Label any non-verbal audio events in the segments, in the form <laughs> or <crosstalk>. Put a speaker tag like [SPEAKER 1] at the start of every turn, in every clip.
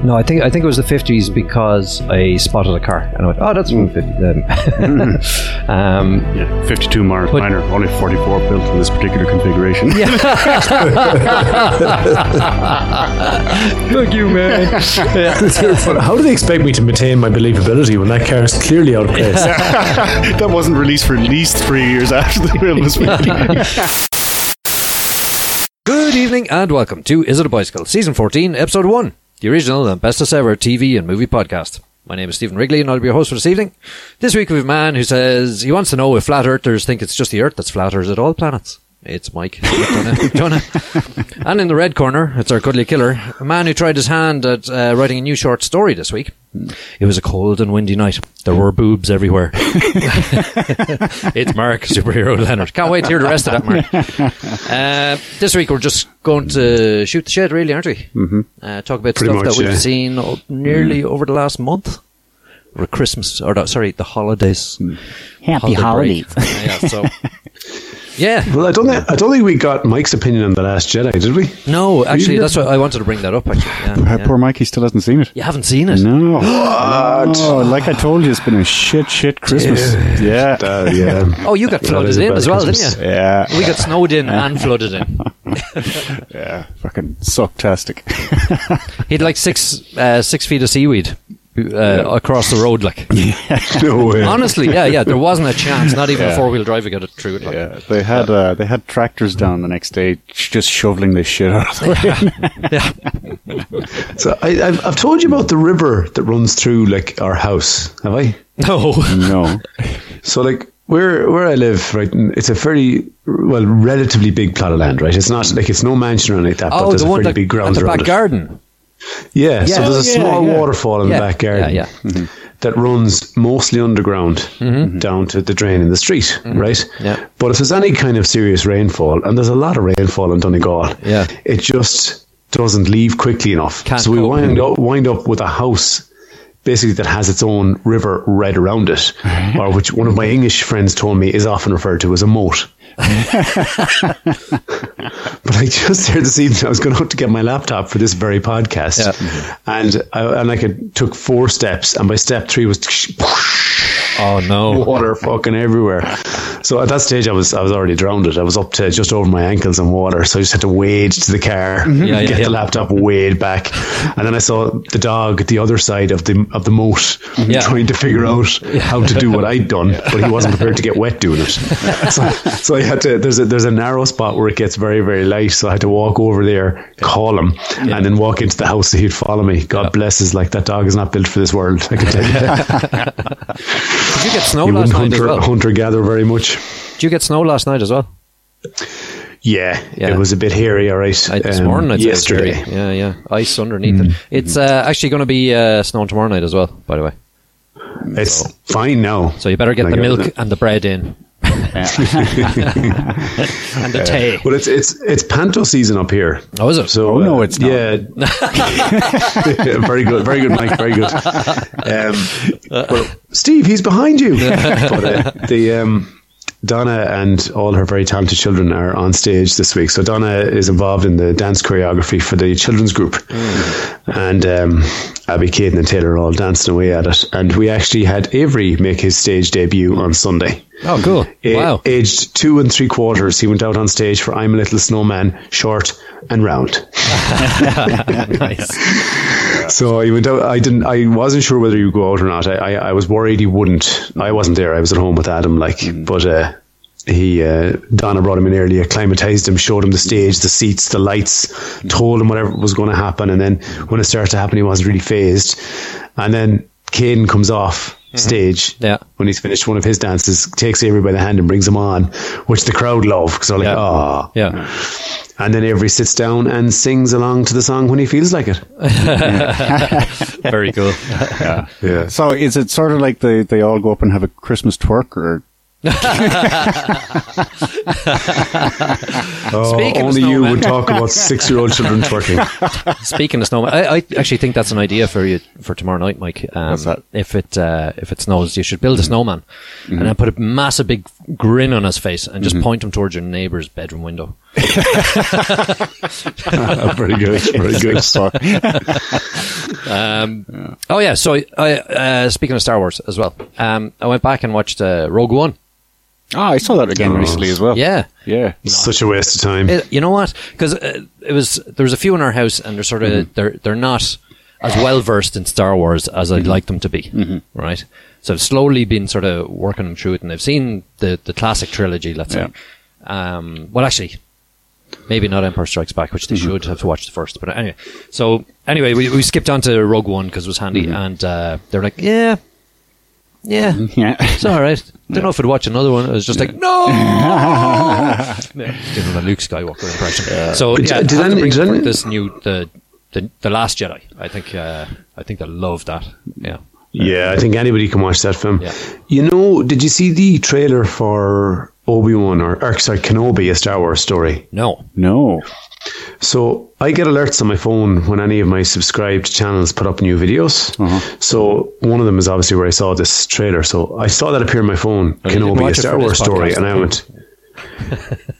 [SPEAKER 1] No, I think I think it was the fifties because I spotted a car and I went, "Oh, that's from the 50s. Um, um, <laughs>
[SPEAKER 2] Yeah, 52 Mars
[SPEAKER 1] But-
[SPEAKER 2] Minor, only 44 built in this particular configuration. Yeah.
[SPEAKER 1] Fuck you, <laughs> man.
[SPEAKER 3] How do they expect me to maintain my believability when that car is clearly out of
[SPEAKER 2] <laughs>
[SPEAKER 3] place?
[SPEAKER 2] that wasn't released for at least three years after the film was <laughs> made.
[SPEAKER 1] Good evening and welcome to Is It a Bicycle, Season 14, Episode 1, the original and bestest ever TV and movie podcast. My name is Stephen Wrigley and I'll be your host for this evening. This week we have a man who says he wants to know if flat earthers think it's just the Earth that's flat or is it all planets? It's Mike. <laughs> Jonah. Jonah. and in the red corner, it's our cuddly killer, a man who tried his hand at uh, writing a new short story this week. It was a cold and windy night. There were boobs
[SPEAKER 4] <laughs>
[SPEAKER 1] everywhere. it's Mark, superhero Leonard. Can't wait to hear the rest of that, Mark. Uh, this week we're just going to shoot the shit, really, aren't we? Mm-hmm. Uh, talk about
[SPEAKER 2] Pretty
[SPEAKER 1] stuff
[SPEAKER 2] much,
[SPEAKER 1] that we've
[SPEAKER 2] yeah. Mm.
[SPEAKER 1] seen o- nearly over the last month, or Christmas, or no, sorry, the holidays.
[SPEAKER 2] Mm.
[SPEAKER 4] Happy
[SPEAKER 1] Holiday
[SPEAKER 4] holidays.
[SPEAKER 1] break. Uh, <laughs> yeah, so yeah,
[SPEAKER 3] <laughs> Well, I don't think I don't think we got Mike's opinion on the Last Jedi, did we?
[SPEAKER 1] no, actually,
[SPEAKER 3] did?
[SPEAKER 1] that's what I wanted to bring that up. Actually, yeah,
[SPEAKER 2] Poor,
[SPEAKER 1] yeah.
[SPEAKER 2] poor Mikey still hasn't seen it.
[SPEAKER 1] you haven't seen it.
[SPEAKER 2] No. No, Like I told you, it's been a shit, shit Christmas. Yeah.
[SPEAKER 3] Uh, yeah.
[SPEAKER 1] Oh, you got flooded
[SPEAKER 3] is a
[SPEAKER 1] in
[SPEAKER 3] bad
[SPEAKER 1] as well,
[SPEAKER 3] Christmas.
[SPEAKER 1] didn't you?
[SPEAKER 2] Yeah.
[SPEAKER 1] We got snowed in
[SPEAKER 3] <laughs>
[SPEAKER 1] and flooded in.
[SPEAKER 2] Yeah. Fucking sucktastic. <laughs>
[SPEAKER 1] He'd like six uh, six feet of seaweed uh, across the road,
[SPEAKER 3] <laughs>
[SPEAKER 1] like.
[SPEAKER 3] No way.
[SPEAKER 1] Honestly, yeah, yeah. There wasn't a chance. Not even a four wheel driver got it through. it, Like.
[SPEAKER 2] <laughs> Yeah. They had uh, they had tractors down the next day sh- just shoveling this shit out of the way.
[SPEAKER 3] So I, I've, I've told you about the river that runs through like our house, have I? Mm.
[SPEAKER 1] No.
[SPEAKER 2] <laughs> No.
[SPEAKER 3] So like where where I live, right? It's a fairly well, relatively big plot of land, right? It's not like it's no mansion or anything like that, but
[SPEAKER 1] Oh,
[SPEAKER 3] there's
[SPEAKER 1] the
[SPEAKER 3] a
[SPEAKER 1] one
[SPEAKER 3] fairly
[SPEAKER 1] that,
[SPEAKER 3] big
[SPEAKER 1] at
[SPEAKER 3] grounds
[SPEAKER 1] the
[SPEAKER 3] around
[SPEAKER 1] back
[SPEAKER 3] it.
[SPEAKER 1] garden.
[SPEAKER 3] Yeah, so
[SPEAKER 1] Yeah.
[SPEAKER 3] there's
[SPEAKER 2] Oh, yeah,
[SPEAKER 3] a small
[SPEAKER 2] yeah.
[SPEAKER 3] waterfall in
[SPEAKER 1] Yeah,
[SPEAKER 3] the back garden
[SPEAKER 1] yeah, Mm-hmm.
[SPEAKER 3] that runs mostly underground down to the drain in the street, right?
[SPEAKER 1] Yeah.
[SPEAKER 3] But if there's any kind of serious rainfall, and there's a lot of rainfall in Donegal,
[SPEAKER 1] Yeah.
[SPEAKER 3] it just doesn't leave quickly enough.
[SPEAKER 1] Can't
[SPEAKER 3] so we
[SPEAKER 1] cope.
[SPEAKER 3] wind up, wind up with a house basically that has its own river right around
[SPEAKER 1] <laughs>
[SPEAKER 3] it, or which one of my English friends told me is often referred to as a moat. But I just heard this evening I was going out to get my laptop for this very podcast,
[SPEAKER 1] Yeah.
[SPEAKER 3] and I, and like it took four steps, and by step three was
[SPEAKER 1] Oh
[SPEAKER 3] <laughs>
[SPEAKER 1] no.
[SPEAKER 3] water fucking everywhere. So at that stage, I was I was already drowned. I was up to just over my ankles in water, so I just had to wade to the car,
[SPEAKER 1] Mm-hmm. Yeah, yeah,
[SPEAKER 3] get
[SPEAKER 1] yeah.
[SPEAKER 3] the laptop, wade back, and then I saw the dog at the other side of the of the moat
[SPEAKER 1] Mm-hmm. Yeah.
[SPEAKER 3] trying to figure out how to do what I'd done, but he wasn't prepared to get wet doing
[SPEAKER 1] <laughs>
[SPEAKER 3] it. So, so I had to. There's a there's a narrow spot where it gets very very light, so I had to walk over there, call him, and then walk into the house so he'd follow me. God bless is like that dog is not built for this world. I can tell
[SPEAKER 1] <laughs>
[SPEAKER 3] you that.
[SPEAKER 1] Did you get snow Oh,
[SPEAKER 3] He
[SPEAKER 1] last
[SPEAKER 3] wouldn't
[SPEAKER 1] night as
[SPEAKER 3] hunter,
[SPEAKER 1] well?
[SPEAKER 3] hunter gather very much.
[SPEAKER 1] Did you get snow last night as well?
[SPEAKER 3] Yeah,
[SPEAKER 1] Yeah.
[SPEAKER 3] it was a bit hairy, all right.
[SPEAKER 1] I, this
[SPEAKER 3] um,
[SPEAKER 1] morning, I'd say it's
[SPEAKER 3] yesterday. Mm.
[SPEAKER 1] very- Yeah, yeah. Ice underneath it. It's uh, actually going to be uh, snowing tomorrow night as well. By the way,
[SPEAKER 3] It's fine now.
[SPEAKER 1] so you better get
[SPEAKER 3] I
[SPEAKER 1] the
[SPEAKER 3] got
[SPEAKER 1] milk
[SPEAKER 3] it.
[SPEAKER 1] and the bread in. <laughs> and the tea.
[SPEAKER 3] Well, it's it's it's panto season up here.
[SPEAKER 1] Oh, is it?
[SPEAKER 3] Uh, So
[SPEAKER 2] Oh, no,
[SPEAKER 3] uh,
[SPEAKER 2] it's not. <laughs>
[SPEAKER 3] Yeah, very good, very good, Mike, very good. Um,
[SPEAKER 2] Uh,
[SPEAKER 3] well, Steve, he's
[SPEAKER 2] <laughs>
[SPEAKER 3] behind you. but, uh, the um, Donna and all her very talented children are on stage this week. So Donna is involved in the dance choreography for the children's group,
[SPEAKER 2] Mm.
[SPEAKER 3] and um, Abby, Caden, and Taylor are all dancing away at it. And we actually had Avery make his stage debut on Sunday.
[SPEAKER 1] Oh, cool.
[SPEAKER 3] A-
[SPEAKER 1] Wow.
[SPEAKER 3] Aged two and three quarters, he went out on stage for I'm a Little Snowman, short and round.
[SPEAKER 1] nice.
[SPEAKER 3] So he went out. I didn't. I wasn't sure whether you go out or not. I, I, I was worried he wouldn't. I wasn't there. I was at home with Adam. Like, but uh, he uh, Donna brought him in early, acclimatized him, showed him the stage, the seats, the lights, told him whatever was going to happen, and then when it started to happen, he wasn't really phased. And then Caden comes off stage
[SPEAKER 1] Yeah.
[SPEAKER 3] when he's finished one of his dances, takes Avery by the hand and brings him on, which the crowd love because they're like,
[SPEAKER 1] Yeah.
[SPEAKER 3] ah.
[SPEAKER 1] Yeah.
[SPEAKER 3] And then Avery sits down and sings along to the song when he feels like it.
[SPEAKER 1] Very cool.
[SPEAKER 3] Yeah.
[SPEAKER 2] So is it sort of like they, they all go up and have a Christmas twerk or
[SPEAKER 1] Speaking of
[SPEAKER 3] only you
[SPEAKER 1] snowmen.
[SPEAKER 3] would talk about six-year-old
[SPEAKER 1] <laughs>
[SPEAKER 3] children
[SPEAKER 1] <laughs>
[SPEAKER 3] twerking. <laughs>
[SPEAKER 1] Speaking of snowmen, I, I actually think that's an idea for you for tomorrow night, Mike. Um,
[SPEAKER 2] What's that?
[SPEAKER 1] If it uh, if it snows, you should build a snowman and then put a massive big grin on his face and just point him towards your neighbor's bedroom window. <laughs>
[SPEAKER 3] very good, very good.
[SPEAKER 2] Sorry.
[SPEAKER 1] Um, Oh yeah. So I, uh, speaking of Star Wars as well, um, I went back and watched uh, Rogue One.
[SPEAKER 2] Ah, I saw that again
[SPEAKER 3] Oh.
[SPEAKER 2] recently as well.
[SPEAKER 1] Yeah.
[SPEAKER 2] Yeah.
[SPEAKER 3] Such a waste of time.
[SPEAKER 1] It- you know what? Because uh, it was there was a few in our house, and they're sort of they're they're not as well versed in Star Wars as I'd like them to be, right? So I've slowly been sort of working them through it, and they've seen the the classic trilogy, let's say. Um, well, actually, maybe not Empire Strikes Back, which they should have watched first. But anyway, so anyway, we, we skipped on to Rogue One because it was handy, and uh, they're like, yeah, yeah,
[SPEAKER 2] Yeah.
[SPEAKER 1] it's all right. Don't know if I'd watch another one. I was just like, no.
[SPEAKER 3] <laughs>
[SPEAKER 1] Yeah, Give him a Luke Skywalker impression. So
[SPEAKER 3] But
[SPEAKER 1] yeah,
[SPEAKER 3] did
[SPEAKER 1] did,
[SPEAKER 3] any-
[SPEAKER 1] bring
[SPEAKER 3] did
[SPEAKER 1] forth
[SPEAKER 3] any-
[SPEAKER 1] this new the, the the Last Jedi? I think uh, I think they love that. Yeah,
[SPEAKER 3] Yeah, I think anybody can watch that film.
[SPEAKER 1] Yeah.
[SPEAKER 3] You know, did you see the trailer for Obi Wan or, or sorry, Kenobi, a Star Wars story?
[SPEAKER 1] no,
[SPEAKER 2] No.
[SPEAKER 3] So I get alerts on my phone when any of my subscribed channels put up new videos.
[SPEAKER 1] Uh-huh.
[SPEAKER 3] So one of them is obviously where I saw this trailer. So I saw that appear on my phone,
[SPEAKER 1] Oh, you didn't
[SPEAKER 3] Kenobi, a
[SPEAKER 1] watch it
[SPEAKER 3] Star
[SPEAKER 1] for
[SPEAKER 3] Wars
[SPEAKER 1] this
[SPEAKER 3] story,
[SPEAKER 1] podcast.
[SPEAKER 3] and I went, <laughs>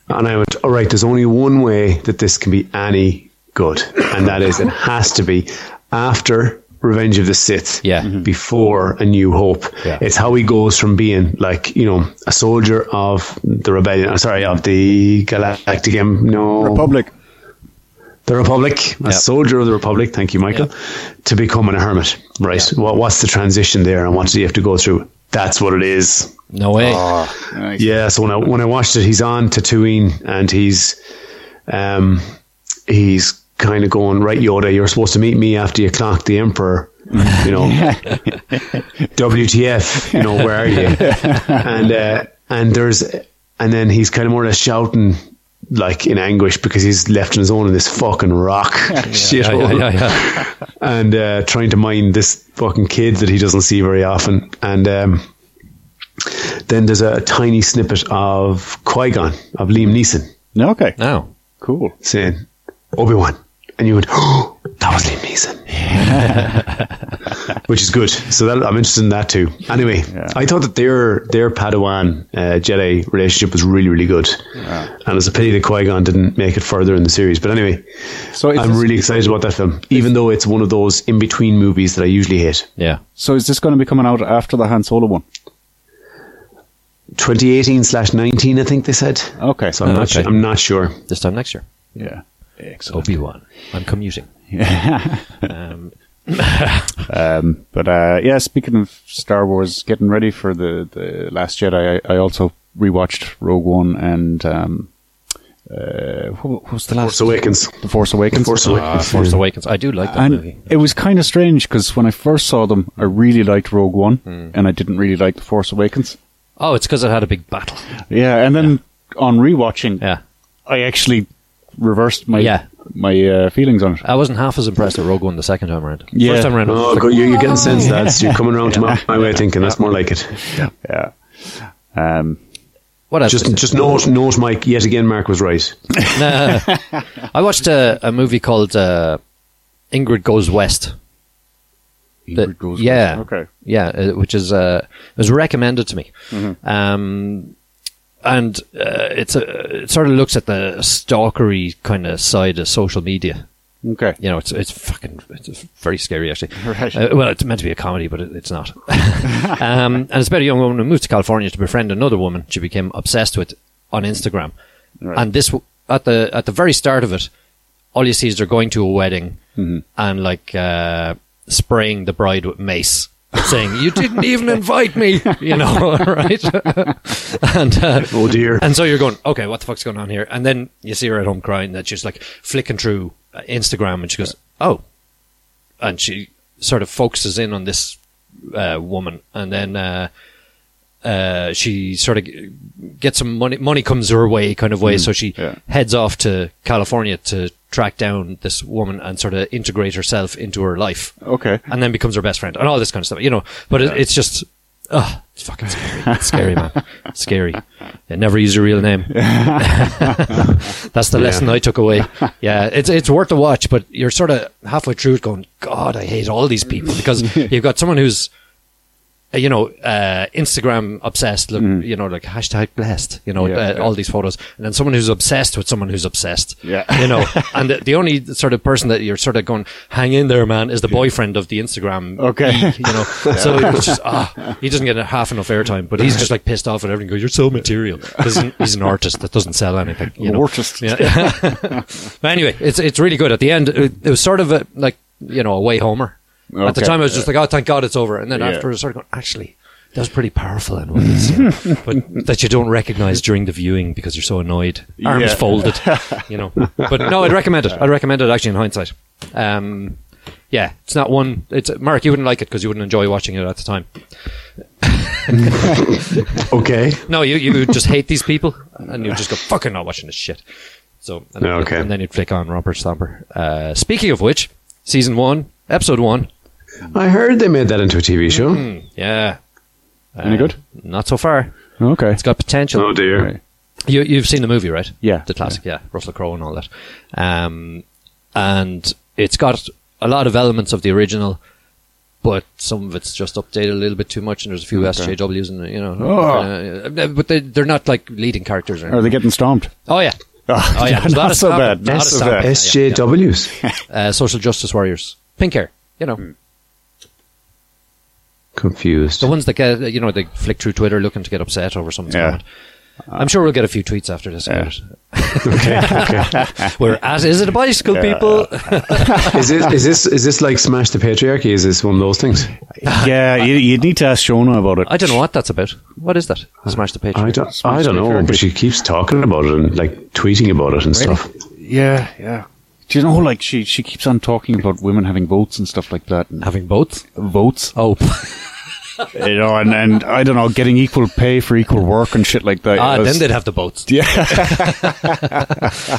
[SPEAKER 3] and I went, all right. There's only one way that this can be any good, and that is it has to be after. Revenge of the Sith,
[SPEAKER 1] Yeah. Mhm.
[SPEAKER 3] before A New Hope.
[SPEAKER 1] Yeah.
[SPEAKER 3] It's how he goes from being like you know a soldier of the rebellion. uh, Sorry, of the Galactic Em- no
[SPEAKER 2] Republic.
[SPEAKER 3] the Republic, a
[SPEAKER 1] Yep.
[SPEAKER 3] soldier of the Republic, thank you, Michael, to becoming a hermit, right?
[SPEAKER 1] Yep.
[SPEAKER 3] What, what's the transition there and what do you have to go through? That's what it is.
[SPEAKER 1] no way.
[SPEAKER 3] Ah,
[SPEAKER 2] Nice.
[SPEAKER 3] Yeah, so when I, when I watched it, he's on Tatooine and he's um, he's kind of going, right, Yoda, you're supposed to meet me after you clock the Emperor. You know,
[SPEAKER 1] <laughs>
[SPEAKER 3] <laughs> WTF, you know, where are you? and uh, and there's and then he's kind of more or less shouting like in anguish because he's left on his own in this
[SPEAKER 1] <laughs>
[SPEAKER 3] fucking rock <laughs> shit
[SPEAKER 1] Yeah, yeah, yeah, yeah.
[SPEAKER 3] and uh, trying to mind this fucking kid that he doesn't see very often. And um, then there's a, tiny snippet of Qui Gon, of Liam Neeson,
[SPEAKER 2] No, okay.
[SPEAKER 1] No,
[SPEAKER 2] Cool.
[SPEAKER 3] saying, Obi Wan. And you went, oh, that was Liam Neeson. <laughs> Which is good. So that, I'm interested in that too. Anyway, I thought that their their Padawan uh, Jedi relationship was really, really good. And it's a pity that Qui Gon didn't make it further in the series. But anyway,
[SPEAKER 2] So is
[SPEAKER 3] I'm
[SPEAKER 2] this,
[SPEAKER 3] really excited about that film, even though it's one of those in between movies that I usually hate.
[SPEAKER 1] yeah.
[SPEAKER 2] so is this going to be coming out after the Han Solo one?
[SPEAKER 3] 2018 slash 19, I think they said.
[SPEAKER 2] Okay.
[SPEAKER 3] So I'm not.
[SPEAKER 1] okay.
[SPEAKER 3] su- I'm not sure.
[SPEAKER 1] This time next year,
[SPEAKER 2] yeah. Excellent.
[SPEAKER 1] Obi Wan. I'm commuting. um,
[SPEAKER 2] Um, but uh, yeah, speaking of Star Wars, getting ready for the, the Last Jedi, I, I also rewatched Rogue One and um, uh, what, what was the last?
[SPEAKER 3] Force Awakens.
[SPEAKER 2] The Force Awakens.
[SPEAKER 3] Force
[SPEAKER 1] uh,
[SPEAKER 3] Awakens.
[SPEAKER 1] Force Awakens. I do like that movie.
[SPEAKER 2] And it was kind of strange because when I first saw them, I really liked Rogue One,
[SPEAKER 3] Hmm.
[SPEAKER 2] and I didn't really like The Force Awakens.
[SPEAKER 1] Oh, it's because it had a big battle.
[SPEAKER 2] Yeah, and then on rewatching,
[SPEAKER 1] Yeah,
[SPEAKER 2] I actually reversed my
[SPEAKER 1] Yeah.
[SPEAKER 2] my uh, feelings on it.
[SPEAKER 1] I wasn't half as impressed at Rogue One the second time around.
[SPEAKER 2] Yeah.
[SPEAKER 1] First time around, I was
[SPEAKER 3] Oh,
[SPEAKER 1] like,
[SPEAKER 3] good. You're, you're getting sense, lads. You're coming around to my, my way of thinking. That's more like it.
[SPEAKER 2] Yeah. Um,
[SPEAKER 1] what else?
[SPEAKER 3] Just, just note, note, Mike. Yet again, Mark was right.
[SPEAKER 1] Nah. I watched a, a movie called uh, Ingrid Goes West. That- yeah,
[SPEAKER 2] Okay.
[SPEAKER 1] yeah, uh, which is uh, it was recommended to me, um, and uh, it's a it sort of looks at the stalkery kind of side of social media.
[SPEAKER 2] Okay.
[SPEAKER 1] You know, it's it's fucking it's very scary actually.
[SPEAKER 2] <laughs> Right.
[SPEAKER 1] Uh, well, it's meant to be a comedy, but it, it's not. <laughs> um, and it's about a young woman who moved to California to befriend another woman she became obsessed with on Instagram.
[SPEAKER 2] Right.
[SPEAKER 1] And this w- at the at the very start of it, all you see is they're going to a wedding
[SPEAKER 2] Mm-hmm.
[SPEAKER 1] and like uh, spraying the bride with mace. Saying you didn't even invite
[SPEAKER 2] <laughs>
[SPEAKER 1] me, you know, <laughs> right? and uh,
[SPEAKER 3] Oh
[SPEAKER 1] <laughs>
[SPEAKER 3] dear.
[SPEAKER 1] and so you're going, okay, what the fuck's going on here? And then you see her at home crying that she's like flicking through uh, Instagram and she goes, oh. And she sort of focuses in on this uh, woman. And then uh, uh, she sort of g- gets some money. Money comes her way, kind of way. so she
[SPEAKER 2] Mm-hmm. yeah.
[SPEAKER 1] heads off to California to track down this woman and sort of integrate herself into her life.
[SPEAKER 2] Okay.
[SPEAKER 1] And then becomes her best friend and all this kind of stuff, you know. But it, it's just, ugh, it's fucking scary. It's scary,
[SPEAKER 2] <laughs>
[SPEAKER 1] man. It's scary. And never use your real name. That's the lesson I took
[SPEAKER 2] <laughs>
[SPEAKER 1] away. Yeah, it's it's worth a watch, but you're
[SPEAKER 2] <laughs>
[SPEAKER 1] sort of halfway through it going, God, I hate all these people because you've got someone who's uh, you know, uh, Instagram obsessed, look, you know, like hashtag blessed, you know,
[SPEAKER 2] Mm-hmm. Yeah,
[SPEAKER 1] uh,
[SPEAKER 2] yeah.
[SPEAKER 1] all these photos. And then someone who's obsessed with someone who's obsessed,
[SPEAKER 2] Yeah.
[SPEAKER 1] you
[SPEAKER 2] <laughs>
[SPEAKER 1] know, and the, the only sort of person that you're sort of going, hang in there, man, is the boyfriend of the Instagram.
[SPEAKER 2] Okay.
[SPEAKER 1] geek, you
[SPEAKER 2] <laughs>
[SPEAKER 1] know, so it's just, ah, he doesn't get half enough airtime, but he's just like pissed off at everything. Goes, you're so material. 'Cause He's an, he's an artist that doesn't sell anything, you know.
[SPEAKER 2] Artist.
[SPEAKER 1] Yeah. but anyway, it's, it's really good. At the end, it, it was sort of a, like, you know, a way homer. At the
[SPEAKER 2] Okay.
[SPEAKER 1] time, I was just like, oh, thank God it's over. And then
[SPEAKER 2] Yeah.
[SPEAKER 1] after, I started going, actually, that was pretty powerful in ways, you know, but that you don't recognize during the viewing because you're so annoyed, arms
[SPEAKER 2] Yeah.
[SPEAKER 1] folded, you know. But no, I'd recommend it. I'd recommend it actually in hindsight. Um, yeah, it's not one. It's Mark. You wouldn't like it because you wouldn't enjoy watching it at the time.
[SPEAKER 3] Okay.
[SPEAKER 1] No, you you would just hate these people, and you would just go fucking not watching this shit. So and,
[SPEAKER 3] Yeah, okay.
[SPEAKER 1] and then you'd flick on Romper Stomper. Uh, speaking of which, season one, episode one.
[SPEAKER 3] I heard they made that into a TV show.
[SPEAKER 1] Mm-hmm. Yeah,
[SPEAKER 2] Any good?
[SPEAKER 1] not so far.
[SPEAKER 2] Uh, Okay.
[SPEAKER 1] It's got potential.
[SPEAKER 3] Oh dear.
[SPEAKER 2] Right.
[SPEAKER 1] You, you've seen the movie, right?
[SPEAKER 2] Yeah.
[SPEAKER 1] the classic. Yeah, Russell Crowe and all that. Um, and it's got a lot of elements of the original, but some of it's just updated a little bit too much, and there's a few SJWs and you know.
[SPEAKER 2] Oh.
[SPEAKER 1] uh, but they, they're not like leading characters. Or
[SPEAKER 2] Are
[SPEAKER 1] anything.
[SPEAKER 2] they getting stomped?
[SPEAKER 1] Oh yeah.
[SPEAKER 2] Oh, <laughs>
[SPEAKER 1] Oh yeah, There's a lot
[SPEAKER 2] not
[SPEAKER 1] of
[SPEAKER 2] so
[SPEAKER 1] stomping,
[SPEAKER 2] bad.
[SPEAKER 1] a lot
[SPEAKER 2] Not
[SPEAKER 1] of
[SPEAKER 2] so
[SPEAKER 1] stomping.
[SPEAKER 2] bad.
[SPEAKER 1] Yeah, <laughs> yeah.
[SPEAKER 3] SJWs.
[SPEAKER 1] Uh, social justice warriors, pink hair. You know,
[SPEAKER 2] Hmm.
[SPEAKER 3] Confused.
[SPEAKER 1] the ones that get uh, you know they flick through Twitter looking to get upset over someone's
[SPEAKER 2] Yeah.
[SPEAKER 1] comment. I'm sure we'll get a few tweets after this.
[SPEAKER 2] Yeah.
[SPEAKER 3] Okay. okay.
[SPEAKER 1] <laughs> Where as is it a bicycle, people?
[SPEAKER 3] Is it is this is this like smash the patriarchy? Is this one of those things?
[SPEAKER 1] <laughs>
[SPEAKER 2] Yeah, you, you need to ask Shona about it.
[SPEAKER 1] I don't know what that's about. What is that? Smash the page.
[SPEAKER 3] I don't I don't know, but she keeps talking about it and like tweeting about it and stuff.
[SPEAKER 2] Yeah, yeah. Do you know, like, she, she keeps on talking about women having votes and stuff like that. And
[SPEAKER 1] Having both?
[SPEAKER 2] votes?
[SPEAKER 1] Oh, <laughs>
[SPEAKER 2] You know, and, and I don't know, getting equal pay for equal work and shit like that.
[SPEAKER 1] ah,
[SPEAKER 2] It was-
[SPEAKER 1] then they'd have the boats.
[SPEAKER 2] yeah,
[SPEAKER 1] <laughs>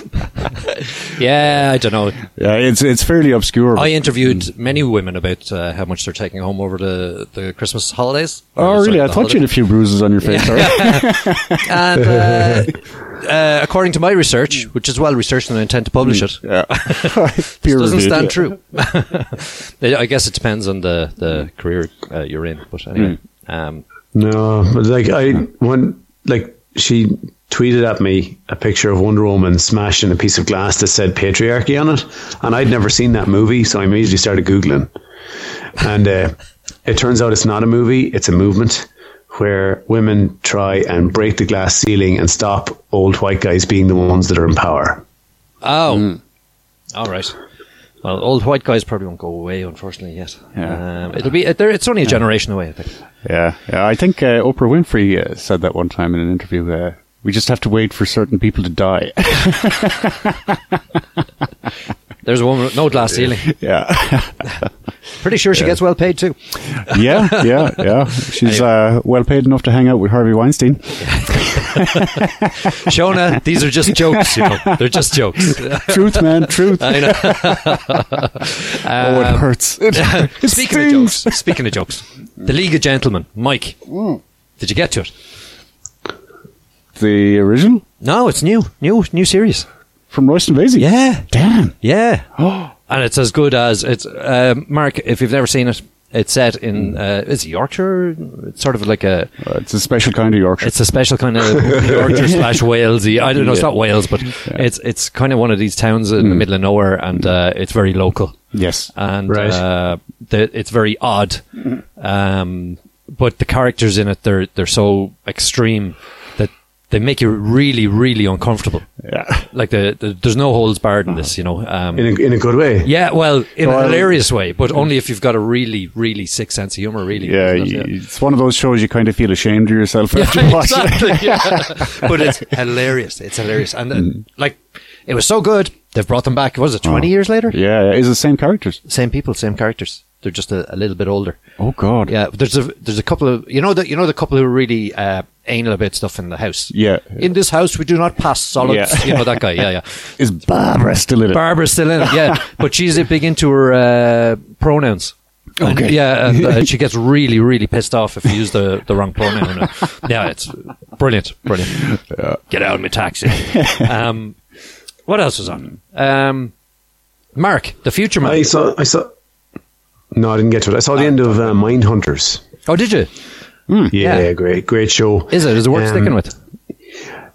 [SPEAKER 1] Yeah, I don't know.
[SPEAKER 2] yeah, it's it's fairly obscure.
[SPEAKER 1] I interviewed many women about uh, how much they're taking home over the, the Christmas holidays. Or,
[SPEAKER 2] oh,
[SPEAKER 1] sorry,
[SPEAKER 2] really? I
[SPEAKER 1] the
[SPEAKER 2] thought you had a few bruises on your face. sorry.
[SPEAKER 1] <laughs> And uh, uh, according to my research, which is well researched and I intend to publish it,
[SPEAKER 2] Mm. Yeah, <laughs>
[SPEAKER 1] it
[SPEAKER 2] Peer
[SPEAKER 1] doesn't
[SPEAKER 2] reviewed,
[SPEAKER 1] stand
[SPEAKER 2] yeah. <laughs>
[SPEAKER 1] true. <laughs> I guess it depends on the,
[SPEAKER 2] Mm.
[SPEAKER 1] the career uh, you're in. But anyway. Um,
[SPEAKER 3] No, but like I one like she tweeted at me a picture of Wonder Woman smashing a piece of glass that said patriarchy on it, and I'd never seen that movie, so I immediately started googling, and uh, it turns out it's not a movie; it's a movement where women try and break the glass ceiling and stop old white guys being the ones that are in power.
[SPEAKER 1] Oh.
[SPEAKER 2] Mm.
[SPEAKER 1] All right. Well, old white guys probably won't go away, unfortunately, yet.
[SPEAKER 2] Yeah.
[SPEAKER 1] Um, it'll be. it- They're, it's only a generation away, I think.
[SPEAKER 2] Yeah, yeah. I think uh, Oprah Winfrey uh, said that one time in an interview. Uh, we just have to wait for certain people to die. <laughs>
[SPEAKER 1] There's a woman with no glass ceiling.
[SPEAKER 2] yeah,
[SPEAKER 1] Pretty sure she gets well paid too.
[SPEAKER 2] yeah, yeah, yeah. She's uh, well paid enough to hang out with Harvey Weinstein. <laughs>
[SPEAKER 1] Shona, these are just jokes. You know, they're just jokes.
[SPEAKER 2] truth, man,
[SPEAKER 1] <laughs>
[SPEAKER 2] truth.
[SPEAKER 1] I know.
[SPEAKER 2] oh,
[SPEAKER 1] <laughs>
[SPEAKER 2] it hurts. It, it
[SPEAKER 1] Um, speaking
[SPEAKER 2] stings.
[SPEAKER 1] of jokes, speaking of jokes, the League of Gentlemen, Mike.
[SPEAKER 2] Mm.
[SPEAKER 1] Did you get to it?
[SPEAKER 2] The original
[SPEAKER 1] No, it's new, new, new series.
[SPEAKER 2] from Royston Vasey.
[SPEAKER 1] Yeah,
[SPEAKER 2] Damn. <gasps>
[SPEAKER 1] yeah. and it's as good as it's. Uh, Mark, if you've never seen it, it's set in uh, is it Yorkshire. It's sort of like a
[SPEAKER 2] Uh, it's a special kind of Yorkshire.
[SPEAKER 1] It's a special kind of Yorkshire slash Walesy. I don't know. It's not Wales, but it's it's kind of one of these towns in the middle of nowhere, and uh, it's very local,
[SPEAKER 2] yes.
[SPEAKER 1] and
[SPEAKER 3] Right.
[SPEAKER 1] uh, the, it's very odd. Um, but the characters in it, they're they're so extreme that they make you really, really uncomfortable.
[SPEAKER 2] yeah.
[SPEAKER 1] Like the, the there's no holds barred in this, you know. Um,
[SPEAKER 3] In a, in a good way.
[SPEAKER 1] yeah, well, in
[SPEAKER 2] Uh-huh. Well-
[SPEAKER 1] a hilarious way, but only if you've got a really, really sick sense of humor. Really,
[SPEAKER 2] Yeah,
[SPEAKER 1] isn't it?
[SPEAKER 2] y- it's one of those shows you kind of feel ashamed of yourself after
[SPEAKER 1] <laughs>
[SPEAKER 2] you
[SPEAKER 1] Yeah,
[SPEAKER 2] <laughs> watch it.
[SPEAKER 1] exactly. yeah.
[SPEAKER 2] <laughs>
[SPEAKER 1] but it's hilarious. It's hilarious, and uh,
[SPEAKER 2] Mm.
[SPEAKER 1] like it was so good. They've brought them back. What Was it twenty years later?
[SPEAKER 2] Uh-huh. <laughs> Yeah, yeah, it's the same characters.
[SPEAKER 1] Same people, same characters. They're just a, a little bit older.
[SPEAKER 2] Oh God.
[SPEAKER 1] Yeah, there's a there's a couple of you know that you know the couple who are really uh, anal about stuff in the house.
[SPEAKER 2] Yeah.
[SPEAKER 1] in this house we do not pass solids.
[SPEAKER 2] Yeah.
[SPEAKER 1] You know that guy. Yeah,
[SPEAKER 2] <laughs>
[SPEAKER 1] yeah.
[SPEAKER 2] Is Barbara still in it?
[SPEAKER 1] Barbara's still in it, yeah, but she's a big into her uh, pronouns. And,
[SPEAKER 2] Okay.
[SPEAKER 1] yeah, and, uh, she gets really, really pissed off if you use the, the wrong pronoun. uh, yeah, it's brilliant, brilliant. Get out of my taxi. um, what else was on? Um, Mark, the future man.
[SPEAKER 3] I saw I saw No, I didn't get to it. I saw the end of uh, Mind Hunters.
[SPEAKER 1] Oh, did you?
[SPEAKER 3] Yeah,
[SPEAKER 1] Yeah.
[SPEAKER 3] great, great show.
[SPEAKER 1] Is it? Is it worth
[SPEAKER 3] Um,
[SPEAKER 1] sticking with?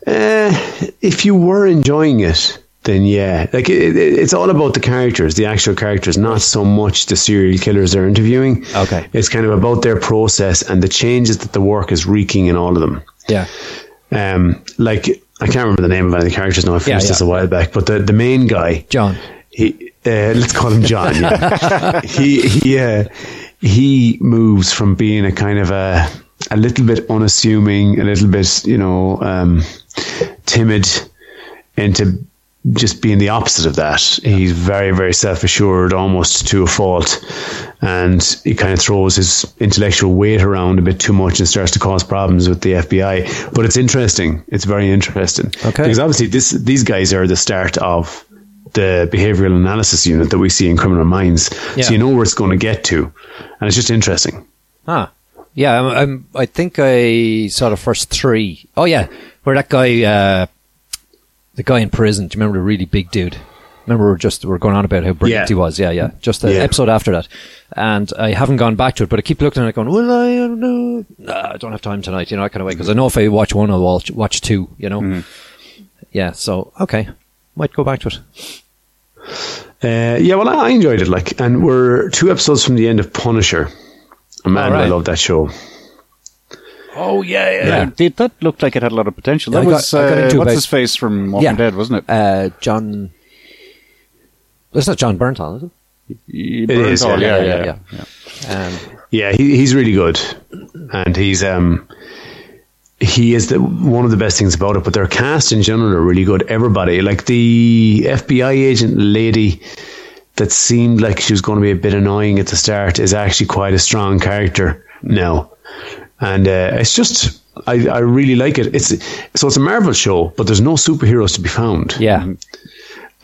[SPEAKER 3] Uh, if you were enjoying it, then yeah, like it, it, it's all about the characters, the actual characters, not so much the serial killers they're interviewing.
[SPEAKER 1] Okay.
[SPEAKER 3] it's kind of about their process and the changes that the work is wreaking in all of them.
[SPEAKER 1] Yeah.
[SPEAKER 3] Um, like I can't remember the name of any of the characters now. I finished
[SPEAKER 1] yeah.
[SPEAKER 3] this a while back, but the the main guy,
[SPEAKER 1] John.
[SPEAKER 3] he uh, let's call him John. yeah. he he uh, he moves from being a kind of a a little bit unassuming, a little bit you know um, timid, into just being the opposite of that. He's very very self assured, almost to a fault, and he kind of throws his intellectual weight around a bit too much and starts to cause problems with the FBI. But it's interesting. It's very interesting.
[SPEAKER 1] Okay.
[SPEAKER 3] Because obviously this these guys are the start of the behavioral analysis unit that we see in criminal minds
[SPEAKER 1] Yeah.
[SPEAKER 3] so you know where it's going to get to and it's just interesting
[SPEAKER 1] Huh. Yeah, I'm, I'm, I think I saw the first three. Oh, yeah. Where that guy, uh, the guy in prison, do you remember the really big dude? Remember, we were just we were going on about how brilliant
[SPEAKER 3] Yeah.
[SPEAKER 1] he was. Yeah, yeah. Just the
[SPEAKER 3] Yeah.
[SPEAKER 1] episode after that, and I haven't gone back to it, but I keep looking at it, going, "Well, I don't know. Nah, I don't have time tonight." You know, I kind of way because I know if I watch one, I'll watch, watch two. You know,
[SPEAKER 3] Mm-hmm.
[SPEAKER 1] yeah. So okay, might go back to it.
[SPEAKER 3] uh, yeah well I, I enjoyed it like and we're two episodes from the end of punisher Oh, man
[SPEAKER 1] All right.
[SPEAKER 3] i love that show
[SPEAKER 1] Oh yeah,
[SPEAKER 2] Yeah. Did that looked like it had a lot of potential.
[SPEAKER 1] Yeah,
[SPEAKER 2] That
[SPEAKER 1] I got-
[SPEAKER 2] was
[SPEAKER 1] I got
[SPEAKER 2] uh,
[SPEAKER 1] into
[SPEAKER 2] what's
[SPEAKER 1] about-
[SPEAKER 2] his face from Walking
[SPEAKER 1] Yeah.
[SPEAKER 2] Dead, wasn't it?
[SPEAKER 1] Uh, John. It's not John Bernthal, is it?
[SPEAKER 2] It
[SPEAKER 3] is, yeah,
[SPEAKER 1] Um,
[SPEAKER 3] yeah he, he's really good and he's um he is the one of the best things about it but their cast in general are really good everybody like the fbi agent lady that seemed like she was going to be a bit annoying at the start is actually quite a strong character now and uh, it's just I, I really like it it's so it's a marvel show but there's no superheroes to be found
[SPEAKER 1] yeah.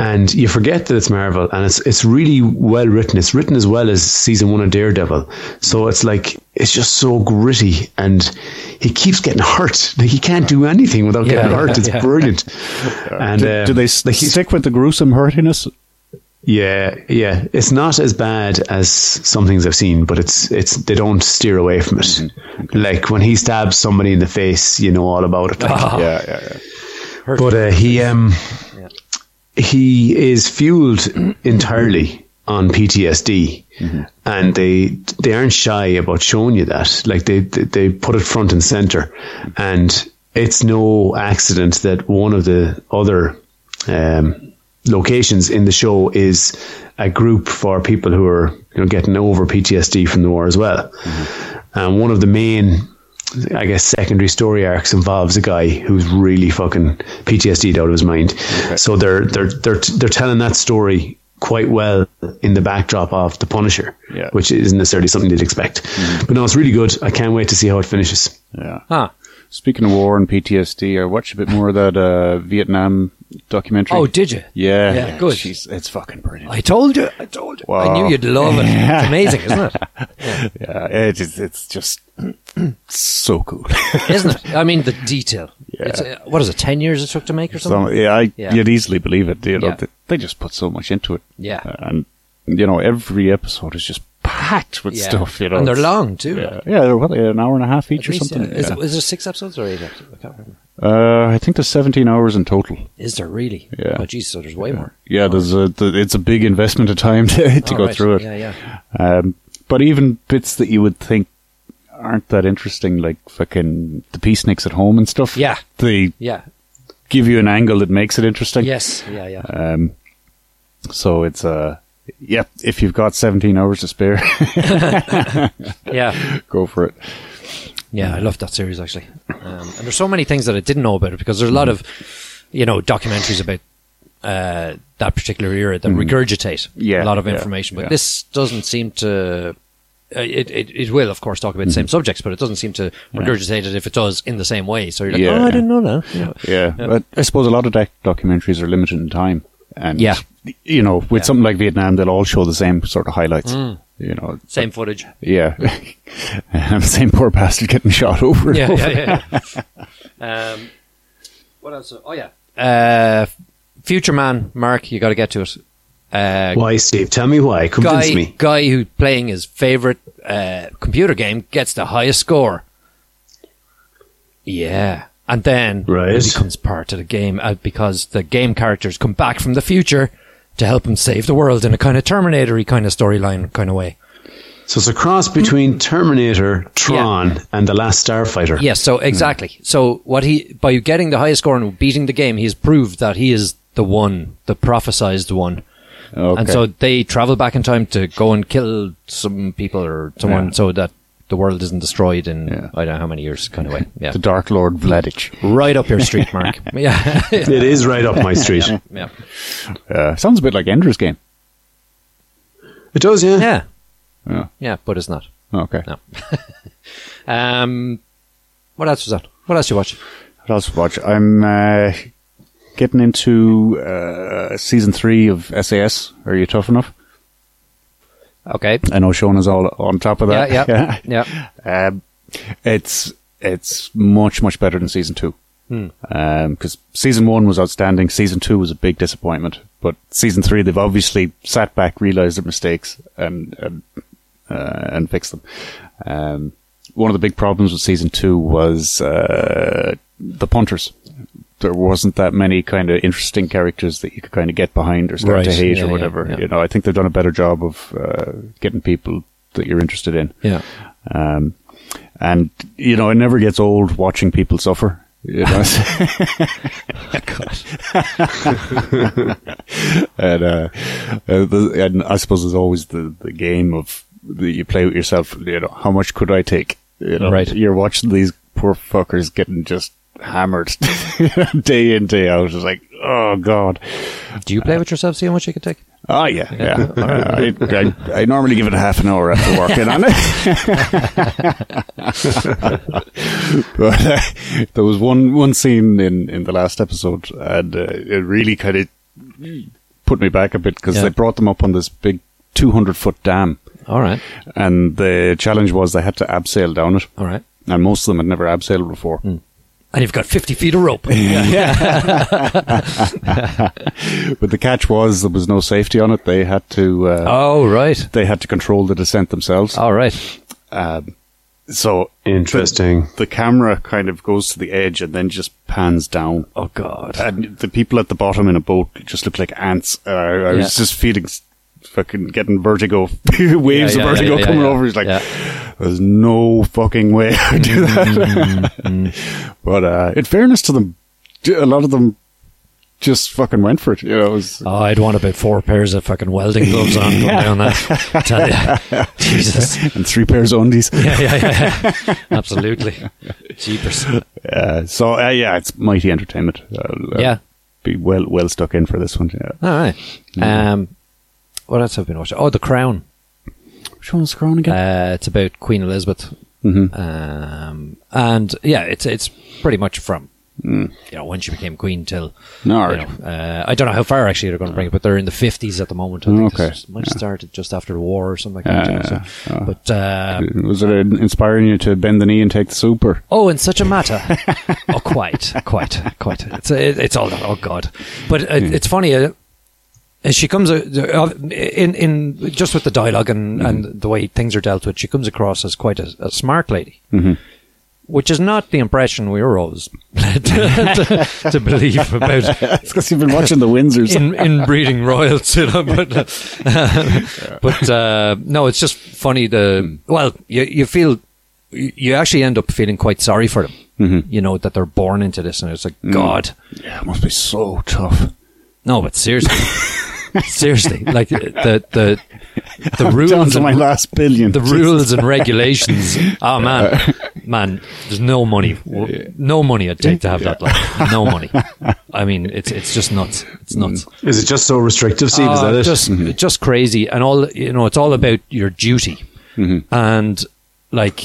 [SPEAKER 3] and you forget that it's Marvel, and it's it's really well written. It's written as well as season one of Daredevil, so it's like it's just so gritty, and he keeps getting hurt. Like he can't do anything without
[SPEAKER 1] Yeah,
[SPEAKER 2] <laughs>
[SPEAKER 3] getting hurt. It's
[SPEAKER 1] yeah.
[SPEAKER 3] brilliant. And
[SPEAKER 2] Do,
[SPEAKER 3] uh,
[SPEAKER 2] do they s-
[SPEAKER 3] like, he's-
[SPEAKER 2] stick with the gruesome hurtiness?
[SPEAKER 3] Yeah, yeah. It's not as bad as some things I've seen, but it's it's they don't steer away from it.
[SPEAKER 2] Mm-hmm.
[SPEAKER 3] Like when he stabs somebody in the face, you know all about it. Like,
[SPEAKER 2] Yeah, yeah, yeah.
[SPEAKER 3] But uh, he um, he is fueled entirely on PTSD, and they they aren't shy about showing you that. Like they they, they put it front and center, and it's no accident that one of the other um, locations in the show is a group for people who are you know getting over PTSD from the war as well. And one of the main, I guess, secondary story arcs involves a guy who's really fucking PTSD'd out of his mind. So they're they're they're they're telling that story quite well in the backdrop of The Punisher,
[SPEAKER 2] Yeah.
[SPEAKER 3] which isn't necessarily something you'd expect.
[SPEAKER 1] Mm-hmm.
[SPEAKER 3] But no, it's really good. I can't wait to see how it finishes.
[SPEAKER 2] yeah.
[SPEAKER 1] Huh.
[SPEAKER 2] Speaking of war and PTSD, I watched a bit more of that uh, Vietnam documentary.
[SPEAKER 1] Oh, did you?
[SPEAKER 2] yeah,
[SPEAKER 1] Yeah, good.
[SPEAKER 2] Jeez, it's fucking brilliant.
[SPEAKER 1] I told you. I told you. I
[SPEAKER 2] Wow.
[SPEAKER 1] knew you'd love it. It's amazing,
[SPEAKER 2] <laughs>
[SPEAKER 1] isn't it?
[SPEAKER 2] yeah, it is. It's just <clears throat>
[SPEAKER 1] <laughs>
[SPEAKER 2] so cool.
[SPEAKER 1] Isn't it? I mean, the detail.
[SPEAKER 2] Yeah.
[SPEAKER 1] It's, uh, what is it? Ten years it took to make or something?
[SPEAKER 2] So, yeah, I,
[SPEAKER 1] Yeah.
[SPEAKER 2] you'd easily believe it. You know,
[SPEAKER 1] Yeah.
[SPEAKER 2] they, they just put so much into it.
[SPEAKER 1] Yeah.
[SPEAKER 2] Uh, and you know, every episode is just packed with
[SPEAKER 1] Yeah.
[SPEAKER 2] stuff. You know,
[SPEAKER 1] and they're
[SPEAKER 2] It's-
[SPEAKER 1] long too.
[SPEAKER 2] Yeah, yeah, they're what, an hour and a half each
[SPEAKER 1] At
[SPEAKER 2] or
[SPEAKER 1] least,
[SPEAKER 2] something.
[SPEAKER 1] uh, is,
[SPEAKER 2] Yeah.
[SPEAKER 1] it, is there six episodes or eight episodes? I can't remember.
[SPEAKER 2] uh, I think there's 17 hours in total.
[SPEAKER 1] Is there really?
[SPEAKER 2] Yeah.
[SPEAKER 1] Oh, geez, so there's way more.
[SPEAKER 2] Yeah, there's a, th it's a big investment of time <laughs> to, to
[SPEAKER 1] Oh,
[SPEAKER 2] go
[SPEAKER 1] right.
[SPEAKER 2] through it.
[SPEAKER 1] Yeah, yeah.
[SPEAKER 2] Um, but even bits that you would think aren't that interesting, like fucking the peaceniks at home and stuff.
[SPEAKER 1] Yeah.
[SPEAKER 2] they
[SPEAKER 1] Yeah.
[SPEAKER 2] give you an angle that makes it interesting.
[SPEAKER 1] Yes. Yeah, yeah.
[SPEAKER 2] Um, so it's uh, yep. If you've got 17 hours to spare, <laughs>
[SPEAKER 1] Yeah.
[SPEAKER 2] go for it.
[SPEAKER 1] Yeah, I love that series actually. Um, and there's so many things that I didn't know about it because there's a lot
[SPEAKER 2] Mm-hmm.
[SPEAKER 1] of, you know, documentaries about uh, that particular era that regurgitate
[SPEAKER 2] Mm-hmm.
[SPEAKER 1] a
[SPEAKER 2] Yeah,
[SPEAKER 1] lot of
[SPEAKER 2] yeah,
[SPEAKER 1] information. But
[SPEAKER 2] yeah.
[SPEAKER 1] this doesn't seem to. uh, It, it it will of course talk about the
[SPEAKER 2] Mm-hmm.
[SPEAKER 1] same subjects, but it doesn't seem to regurgitate it if it does in the same way. So you're like,
[SPEAKER 2] Yeah.
[SPEAKER 1] oh, I didn't know that. You know.
[SPEAKER 2] Yeah, but I suppose a lot of doc- documentaries are limited in time, and
[SPEAKER 1] Yeah.
[SPEAKER 2] you know, with
[SPEAKER 1] Yeah. Mm.
[SPEAKER 2] something like Vietnam, they'll all show the same sort of highlights. You know,
[SPEAKER 1] Same
[SPEAKER 2] <laughs>
[SPEAKER 1] footage.
[SPEAKER 2] yeah, Um, same poor bastard getting shot over. and
[SPEAKER 1] Yeah,
[SPEAKER 2] over.
[SPEAKER 1] yeah, yeah.
[SPEAKER 2] <laughs>
[SPEAKER 1] yeah. um, what else? Oh yeah, uh, Future Man, Mark, you got to get to it. uh,
[SPEAKER 3] Why, Steve? Tell me why. Convince
[SPEAKER 1] guy
[SPEAKER 3] me.
[SPEAKER 1] guy who's playing his favorite uh, computer game gets the highest score. Yeah, and then
[SPEAKER 3] Right.
[SPEAKER 1] it becomes part of the game uh, because the game characters come back from the future to help him save the world in a kind of Terminator-y kind of storyline kind of way.
[SPEAKER 3] So it's a cross between Terminator, Tron, and The Last Starfighter.
[SPEAKER 1] Yes, so exactly.
[SPEAKER 3] Hmm.
[SPEAKER 1] So what he by getting the highest score and beating the game, he's proved that he is the one, the prophesized one.
[SPEAKER 2] Okay.
[SPEAKER 1] And so they travel back in time to go and kill some people or someone
[SPEAKER 2] Yeah.
[SPEAKER 1] so that the world isn't destroyed in
[SPEAKER 2] Yeah.
[SPEAKER 1] I don't know how many years kind <laughs> of way. Yeah.
[SPEAKER 2] the Dark Lord Vladic.
[SPEAKER 1] right up your street, Mark. <laughs> yeah.
[SPEAKER 3] It is right up my street.
[SPEAKER 1] yeah.
[SPEAKER 2] Uh, sounds a bit like Ender's Game.
[SPEAKER 3] It does, yeah.
[SPEAKER 1] Yeah.
[SPEAKER 2] Yeah.
[SPEAKER 1] Yeah, but it's not.
[SPEAKER 2] Okay.
[SPEAKER 1] No. Um what else was that? What else you watch?
[SPEAKER 2] What else to watch? I'm uh, getting into uh, season three of SAS. Are you tough enough?
[SPEAKER 1] Okay.
[SPEAKER 2] I know Sean is all on top of
[SPEAKER 1] Yeah,
[SPEAKER 2] that.
[SPEAKER 1] yeah. <laughs> yeah.
[SPEAKER 2] Um, <laughs> it's it's much much better than season two.
[SPEAKER 1] Hmm.
[SPEAKER 2] Because Um, season one was outstanding, season two was a big disappointment, but season three they've obviously sat back, realized their mistakes, and and, uh, and fixed them. Um, one of the big problems with season two was uh, the punters. There wasn't that many kind of interesting characters that you could kind of get behind or start to
[SPEAKER 1] Right,
[SPEAKER 2] hate
[SPEAKER 1] yeah,
[SPEAKER 2] or
[SPEAKER 1] yeah,
[SPEAKER 2] whatever.
[SPEAKER 1] yeah.
[SPEAKER 2] You know, I think they've done a better job of uh, getting people that you're interested in.
[SPEAKER 1] Yeah.
[SPEAKER 2] Um, and you know, it never gets old watching people suffer. You know? <laughs> and, uh, uh, the- and I suppose there's always the, the game of the, you play with yourself. You know, how much could I take? You know,
[SPEAKER 1] Right.
[SPEAKER 2] You're watching these poor fuckers getting just hammered <laughs> day in day out. It's like, oh god.
[SPEAKER 1] Do you play with yourself, see how much you can take?
[SPEAKER 2] Oh yeah, yeah.
[SPEAKER 1] <laughs>
[SPEAKER 2] Uh, I, I, I normally give it a half an hour after working on it. <laughs> but uh, there was one one scene in in the last episode, and uh, it really kind of put me back a bit because
[SPEAKER 1] Yeah.
[SPEAKER 2] they brought them up on this big two hundred foot dam,
[SPEAKER 1] All right.
[SPEAKER 2] and the challenge was they had to abseil down it,
[SPEAKER 1] All right.
[SPEAKER 2] and most of them had never abseiled before.
[SPEAKER 1] Hmm. And you've got 50 feet of <laughs> rope.
[SPEAKER 2] But the catch was there was no safety on it. They had to uh,
[SPEAKER 1] Oh, right.
[SPEAKER 2] they had to control the descent themselves.
[SPEAKER 1] All right.
[SPEAKER 2] So
[SPEAKER 3] Interesting.
[SPEAKER 2] the camera kind of goes to the edge and then just pans down.
[SPEAKER 1] Oh, God.
[SPEAKER 2] And the people at the bottom in a boat just look like ants. Uh, I was
[SPEAKER 1] Yeah.
[SPEAKER 2] just feeling s- fucking getting vertigo, <laughs> waves
[SPEAKER 1] yeah,
[SPEAKER 2] of vertigo
[SPEAKER 1] yeah, yeah,
[SPEAKER 2] coming
[SPEAKER 1] yeah.
[SPEAKER 2] over. He's like,
[SPEAKER 1] Yeah. Mm,
[SPEAKER 2] there's no fucking way <laughs> I do that. <laughs> but uh, in fairness to them, d- a lot of them just fucking went for it. You know, it was,
[SPEAKER 1] Oh, I'd want about four pairs of fucking welding gloves on going down that. Tell you. Jesus.
[SPEAKER 2] and three pairs of undies.
[SPEAKER 1] Yeah, yeah, yeah. Absolutely. Jeepers.
[SPEAKER 2] Uh, so uh, yeah, it's mighty entertainment. I'll, uh,
[SPEAKER 1] Yeah.
[SPEAKER 2] be well well stuck in for this one. Yeah.
[SPEAKER 1] All right. Um, what else have I been watching? Oh, The Crown.
[SPEAKER 2] Which one's Crown again?
[SPEAKER 1] Uh, it's about Queen Elizabeth. Um, and yeah, it's it's pretty much from you know when she became queen till. you
[SPEAKER 2] All right.
[SPEAKER 1] know, uh, I don't know how far actually they're going to bring it, but they're in the fifties at the moment. I think
[SPEAKER 2] Okay.
[SPEAKER 1] this might have started just after the war or something like that. you know, so- But uh,
[SPEAKER 2] Was it inspiring you to bend the knee and take the super?
[SPEAKER 1] Oh, in such a matter. oh, quite, quite, quite. It's it, it's all that. Oh God, but it, it's funny. Uh, and she comes uh, in in just with the dialogue and, and the way things are dealt with. She comes across as quite a, a smart lady, which is not the impression we were always <laughs> led to, to, to believe about
[SPEAKER 2] It's because you've been watching the
[SPEAKER 1] <laughs>
[SPEAKER 2] Windsors.
[SPEAKER 1] in inbreeding royals, you know. But, uh, <laughs> but uh, no, it's just funny. The well, you you feel you you actually end up feeling quite sorry for them. You know that they're born into this, and it's like God.
[SPEAKER 2] yeah, it must be so tough.
[SPEAKER 1] No, but seriously, seriously, like uh, the the the
[SPEAKER 2] Down
[SPEAKER 1] rules
[SPEAKER 2] to
[SPEAKER 1] and
[SPEAKER 2] my last billion.
[SPEAKER 1] the rules and regulations. Oh man, man, there's no money, W- no money. I'd take to have that. Like, no money. I mean, it's it's just nuts. It's nuts.
[SPEAKER 3] Is it just so restrictive, Steve? Is
[SPEAKER 1] Oh,
[SPEAKER 3] that it?
[SPEAKER 1] Just, just crazy, and all you know. It's all about your duty,
[SPEAKER 2] Mm-hmm.
[SPEAKER 1] and like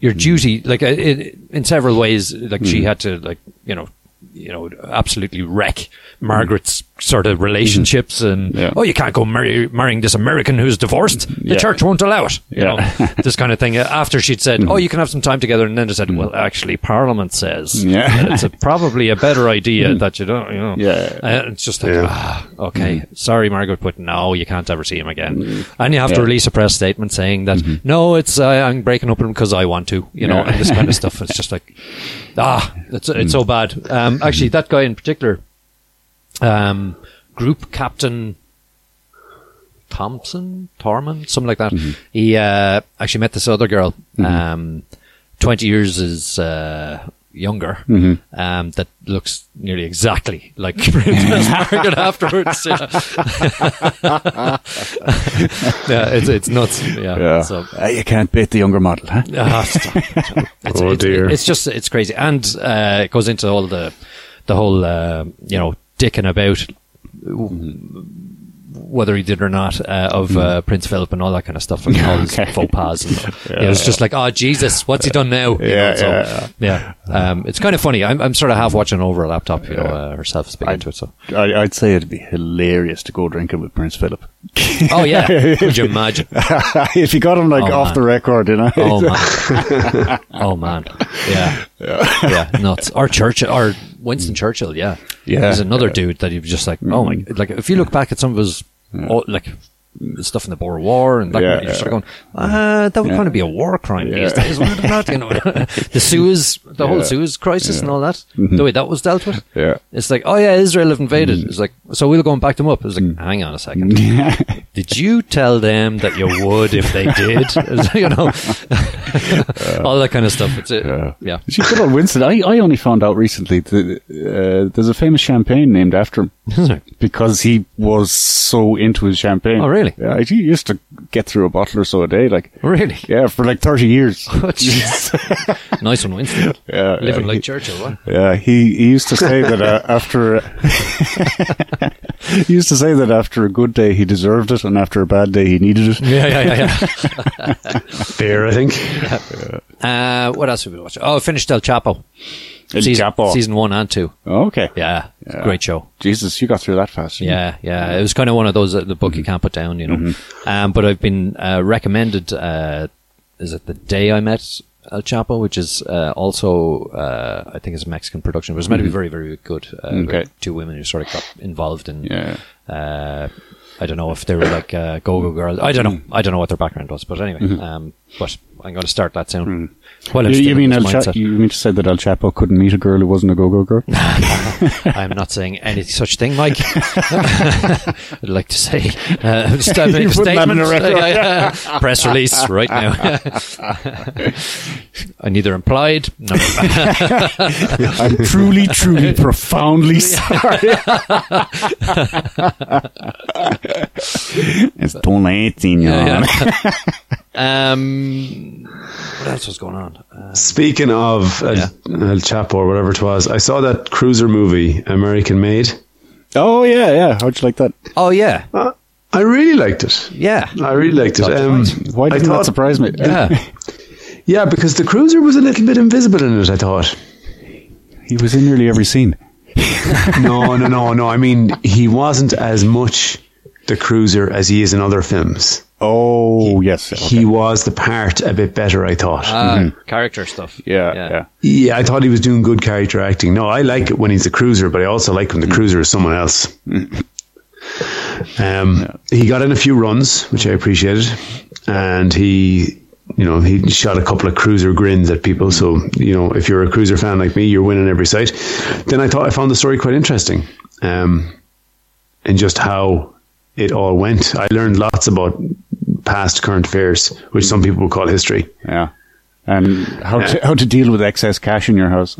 [SPEAKER 1] your duty. Like it, it, in
[SPEAKER 2] Mm-hmm.
[SPEAKER 1] several ways, like she had to, like you know, you know, absolutely wreck Margaret's sort of relationships and
[SPEAKER 2] Mm-hmm. Yeah.
[SPEAKER 1] oh you can't go marry, marrying this American who's divorced the
[SPEAKER 2] Yeah.
[SPEAKER 1] church won't allow it you
[SPEAKER 2] Yeah. Mm-hmm.
[SPEAKER 1] know this kind
[SPEAKER 2] <laughs>
[SPEAKER 1] of thing after she'd said oh you can have some time together and then they said well actually Parliament says
[SPEAKER 2] Yeah.
[SPEAKER 1] that it's a, probably a better
[SPEAKER 2] <laughs>
[SPEAKER 1] idea that you don't you know
[SPEAKER 2] Yeah. Mm-hmm.
[SPEAKER 1] Uh, it's just like
[SPEAKER 3] Yeah.
[SPEAKER 1] ah, okay sorry Margaret but no you can't ever see him again and you have to
[SPEAKER 2] Yeah. Mm-hmm.
[SPEAKER 1] release a press statement saying that no it's uh, I'm breaking up with him because I want to you know
[SPEAKER 2] Yeah. Mm.
[SPEAKER 1] and this
[SPEAKER 2] <laughs>
[SPEAKER 1] kind of stuff it's just like ah it's, it's so bad um, actually that guy in particular um, group captain Thompson, Tormund, something like that. He uh, actually met this other girl, um, twenty years is uh, younger, um, that looks nearly exactly like <laughs> Princess Margaret afterwards. Yeah, <laughs> Yeah, it's it's nuts. Yeah,
[SPEAKER 2] <laughs> Yeah.
[SPEAKER 1] so.
[SPEAKER 2] Ah, you can't beat the younger model, huh?
[SPEAKER 1] Ah, stop. it's,
[SPEAKER 3] Oh,
[SPEAKER 1] it's,
[SPEAKER 3] dear.
[SPEAKER 1] It's just it's crazy, and uh, it goes into all the the whole uh, you know dicking about whether he did or not uh, of uh, Prince Philip and all that kind of stuff and all his
[SPEAKER 2] Okay.
[SPEAKER 1] faux pas. And, you know, it's just like, oh Jesus, what's he done now? You
[SPEAKER 2] Yeah,
[SPEAKER 1] know, so,
[SPEAKER 2] yeah,
[SPEAKER 1] yeah. Um, it's kind of funny. I'm, I'm sort of half watching over a laptop, you know, uh, herself speaking into it. So,
[SPEAKER 2] I, I'd say it'd be hilarious to go drinking with Prince Philip.
[SPEAKER 1] <laughs> oh yeah, could you imagine?
[SPEAKER 2] if you got him like
[SPEAKER 1] Oh,
[SPEAKER 2] off
[SPEAKER 1] man.
[SPEAKER 2] the record, you know. <laughs>
[SPEAKER 1] Oh man. oh man. Yeah. Yeah. Nuts. Or Churchill or Winston Churchill, yeah.
[SPEAKER 2] Mm. Yeah. Mm.
[SPEAKER 1] There's another dude that you've just like, oh my like if you look back at some of his oh, like the stuff in the Boer War and that
[SPEAKER 2] Yeah,
[SPEAKER 1] kind of- you're sort of going, uh, that would kind of be a war crime these
[SPEAKER 2] Yeah.
[SPEAKER 1] days, would it not?
[SPEAKER 2] <laughs>
[SPEAKER 1] You know, the Suez the whole Suez crisis and all that. The way that was dealt with.
[SPEAKER 2] Mm-hmm. Yeah. Mm-hmm.
[SPEAKER 1] It's like, oh yeah, Israel have invaded. It's like so we'll go and back them up. It's like,
[SPEAKER 2] Mm.
[SPEAKER 1] hang on a second. Did you tell them that you would if
[SPEAKER 2] <laughs>
[SPEAKER 1] they did? you know, all that kind of stuff. It's it. Yeah.
[SPEAKER 2] She's good old Winston. I, I only found out recently that uh, there's a famous champagne named after him because he was so into his champagne.
[SPEAKER 1] Oh, really?
[SPEAKER 2] Yeah, he used to get through a bottle or so a day, like
[SPEAKER 1] Really?
[SPEAKER 2] yeah, for like thirty years.
[SPEAKER 1] <laughs> Oh, jeez. <laughs> nice one, Winston.
[SPEAKER 2] Yeah,
[SPEAKER 1] Living
[SPEAKER 2] yeah,
[SPEAKER 1] like Churchill, what?
[SPEAKER 2] Yeah, he, he used to say that
[SPEAKER 1] <laughs>
[SPEAKER 2] uh, after uh, <laughs> he used to say that after a good day he deserved it, and after a bad day he needed it.
[SPEAKER 1] Yeah, yeah, yeah,
[SPEAKER 3] Beer, I think.
[SPEAKER 2] <laughs>
[SPEAKER 1] yeah. uh, what else have we watched? Oh, finished El Chapo. <laughs>
[SPEAKER 2] El
[SPEAKER 1] season,
[SPEAKER 2] Chapo.
[SPEAKER 1] Season one and two.
[SPEAKER 2] Oh, Okay.
[SPEAKER 1] Yeah.
[SPEAKER 2] Yeah.
[SPEAKER 1] Great show.
[SPEAKER 2] Jesus, you got through that fast. didn't you?
[SPEAKER 1] Yeah, yeah. It was kind of one of those that the book
[SPEAKER 2] Mm-hmm.
[SPEAKER 1] you can't put down, you know. Um, but I've been uh, recommended. Uh, is it the day I met El Chapo, which is uh, also uh, I think it's a Mexican production. It was meant to be very, very good. Uh,
[SPEAKER 2] Mm-hmm. Mm, Okay.
[SPEAKER 1] Two women who sort of got involved in.
[SPEAKER 2] Yeah.
[SPEAKER 1] Uh, I don't know if they were like uh, go-go girls. I don't
[SPEAKER 2] Mm.
[SPEAKER 1] know. I don't know what their background was, but anyway. Um, but I'm going to start that soon. Well,
[SPEAKER 2] Mm-hmm. Mm. You, you mean El Cha- you mean to say that El Chapo couldn't meet a girl who wasn't a
[SPEAKER 1] <laughs>
[SPEAKER 2] go-go girl?
[SPEAKER 1] I am not saying any such thing, Mike.
[SPEAKER 2] <laughs>
[SPEAKER 1] <laughs> I'd like to say, uh, just a
[SPEAKER 2] You put that in
[SPEAKER 1] statement,
[SPEAKER 2] a record.
[SPEAKER 1] Yeah, <laughs> yeah. press release right
[SPEAKER 2] <laughs>
[SPEAKER 1] now. I neither implied. No,
[SPEAKER 2] <laughs> I'm
[SPEAKER 1] <laughs>
[SPEAKER 2] truly, truly, profoundly sorry. it's too late,
[SPEAKER 1] yeah,
[SPEAKER 2] <laughs>
[SPEAKER 1] yeah. um, what else was going on? Uh,
[SPEAKER 3] Speaking of El,
[SPEAKER 1] Yeah.
[SPEAKER 3] El Chapo or whatever it was, I saw that cruiser movie, American Made.
[SPEAKER 2] Oh yeah, yeah. How'd you like that?
[SPEAKER 1] oh yeah,
[SPEAKER 3] Uh, I really liked it.
[SPEAKER 1] yeah.
[SPEAKER 2] Mm-hmm.
[SPEAKER 1] Uh,
[SPEAKER 3] I really liked it. Um,
[SPEAKER 2] Why
[SPEAKER 3] I
[SPEAKER 2] didn't that
[SPEAKER 3] thought-
[SPEAKER 2] surprise me?
[SPEAKER 1] Yeah,
[SPEAKER 3] Yeah, because the cruiser was a little bit invisible in it.
[SPEAKER 2] <laughs>
[SPEAKER 3] I thought.
[SPEAKER 2] <laughs> He was in nearly every scene.
[SPEAKER 3] No, no, no, no. I mean, he wasn't as much the cruiser as he is in other films.
[SPEAKER 2] Oh yes.
[SPEAKER 3] He was the part a bit better. I thought.
[SPEAKER 2] Ah,
[SPEAKER 1] uh,
[SPEAKER 2] Mm-hmm.
[SPEAKER 1] character stuff.
[SPEAKER 2] yeah, yeah.
[SPEAKER 3] Yeah, I thought he was doing good character acting. No, I like it when he's a cruiser, but I also like when the cruiser is someone else. Um, he got in a few runs, which I appreciated, and he, you know, he shot a couple of cruiser grins at people. So you know, if you're a cruiser fan like me, you're winning every sight. Then I thought I found the story quite interesting, um, and just how it all went. I learned lots about past current affairs, which some people would call history.
[SPEAKER 2] Yeah. And how to, how to deal with excess cash in your house?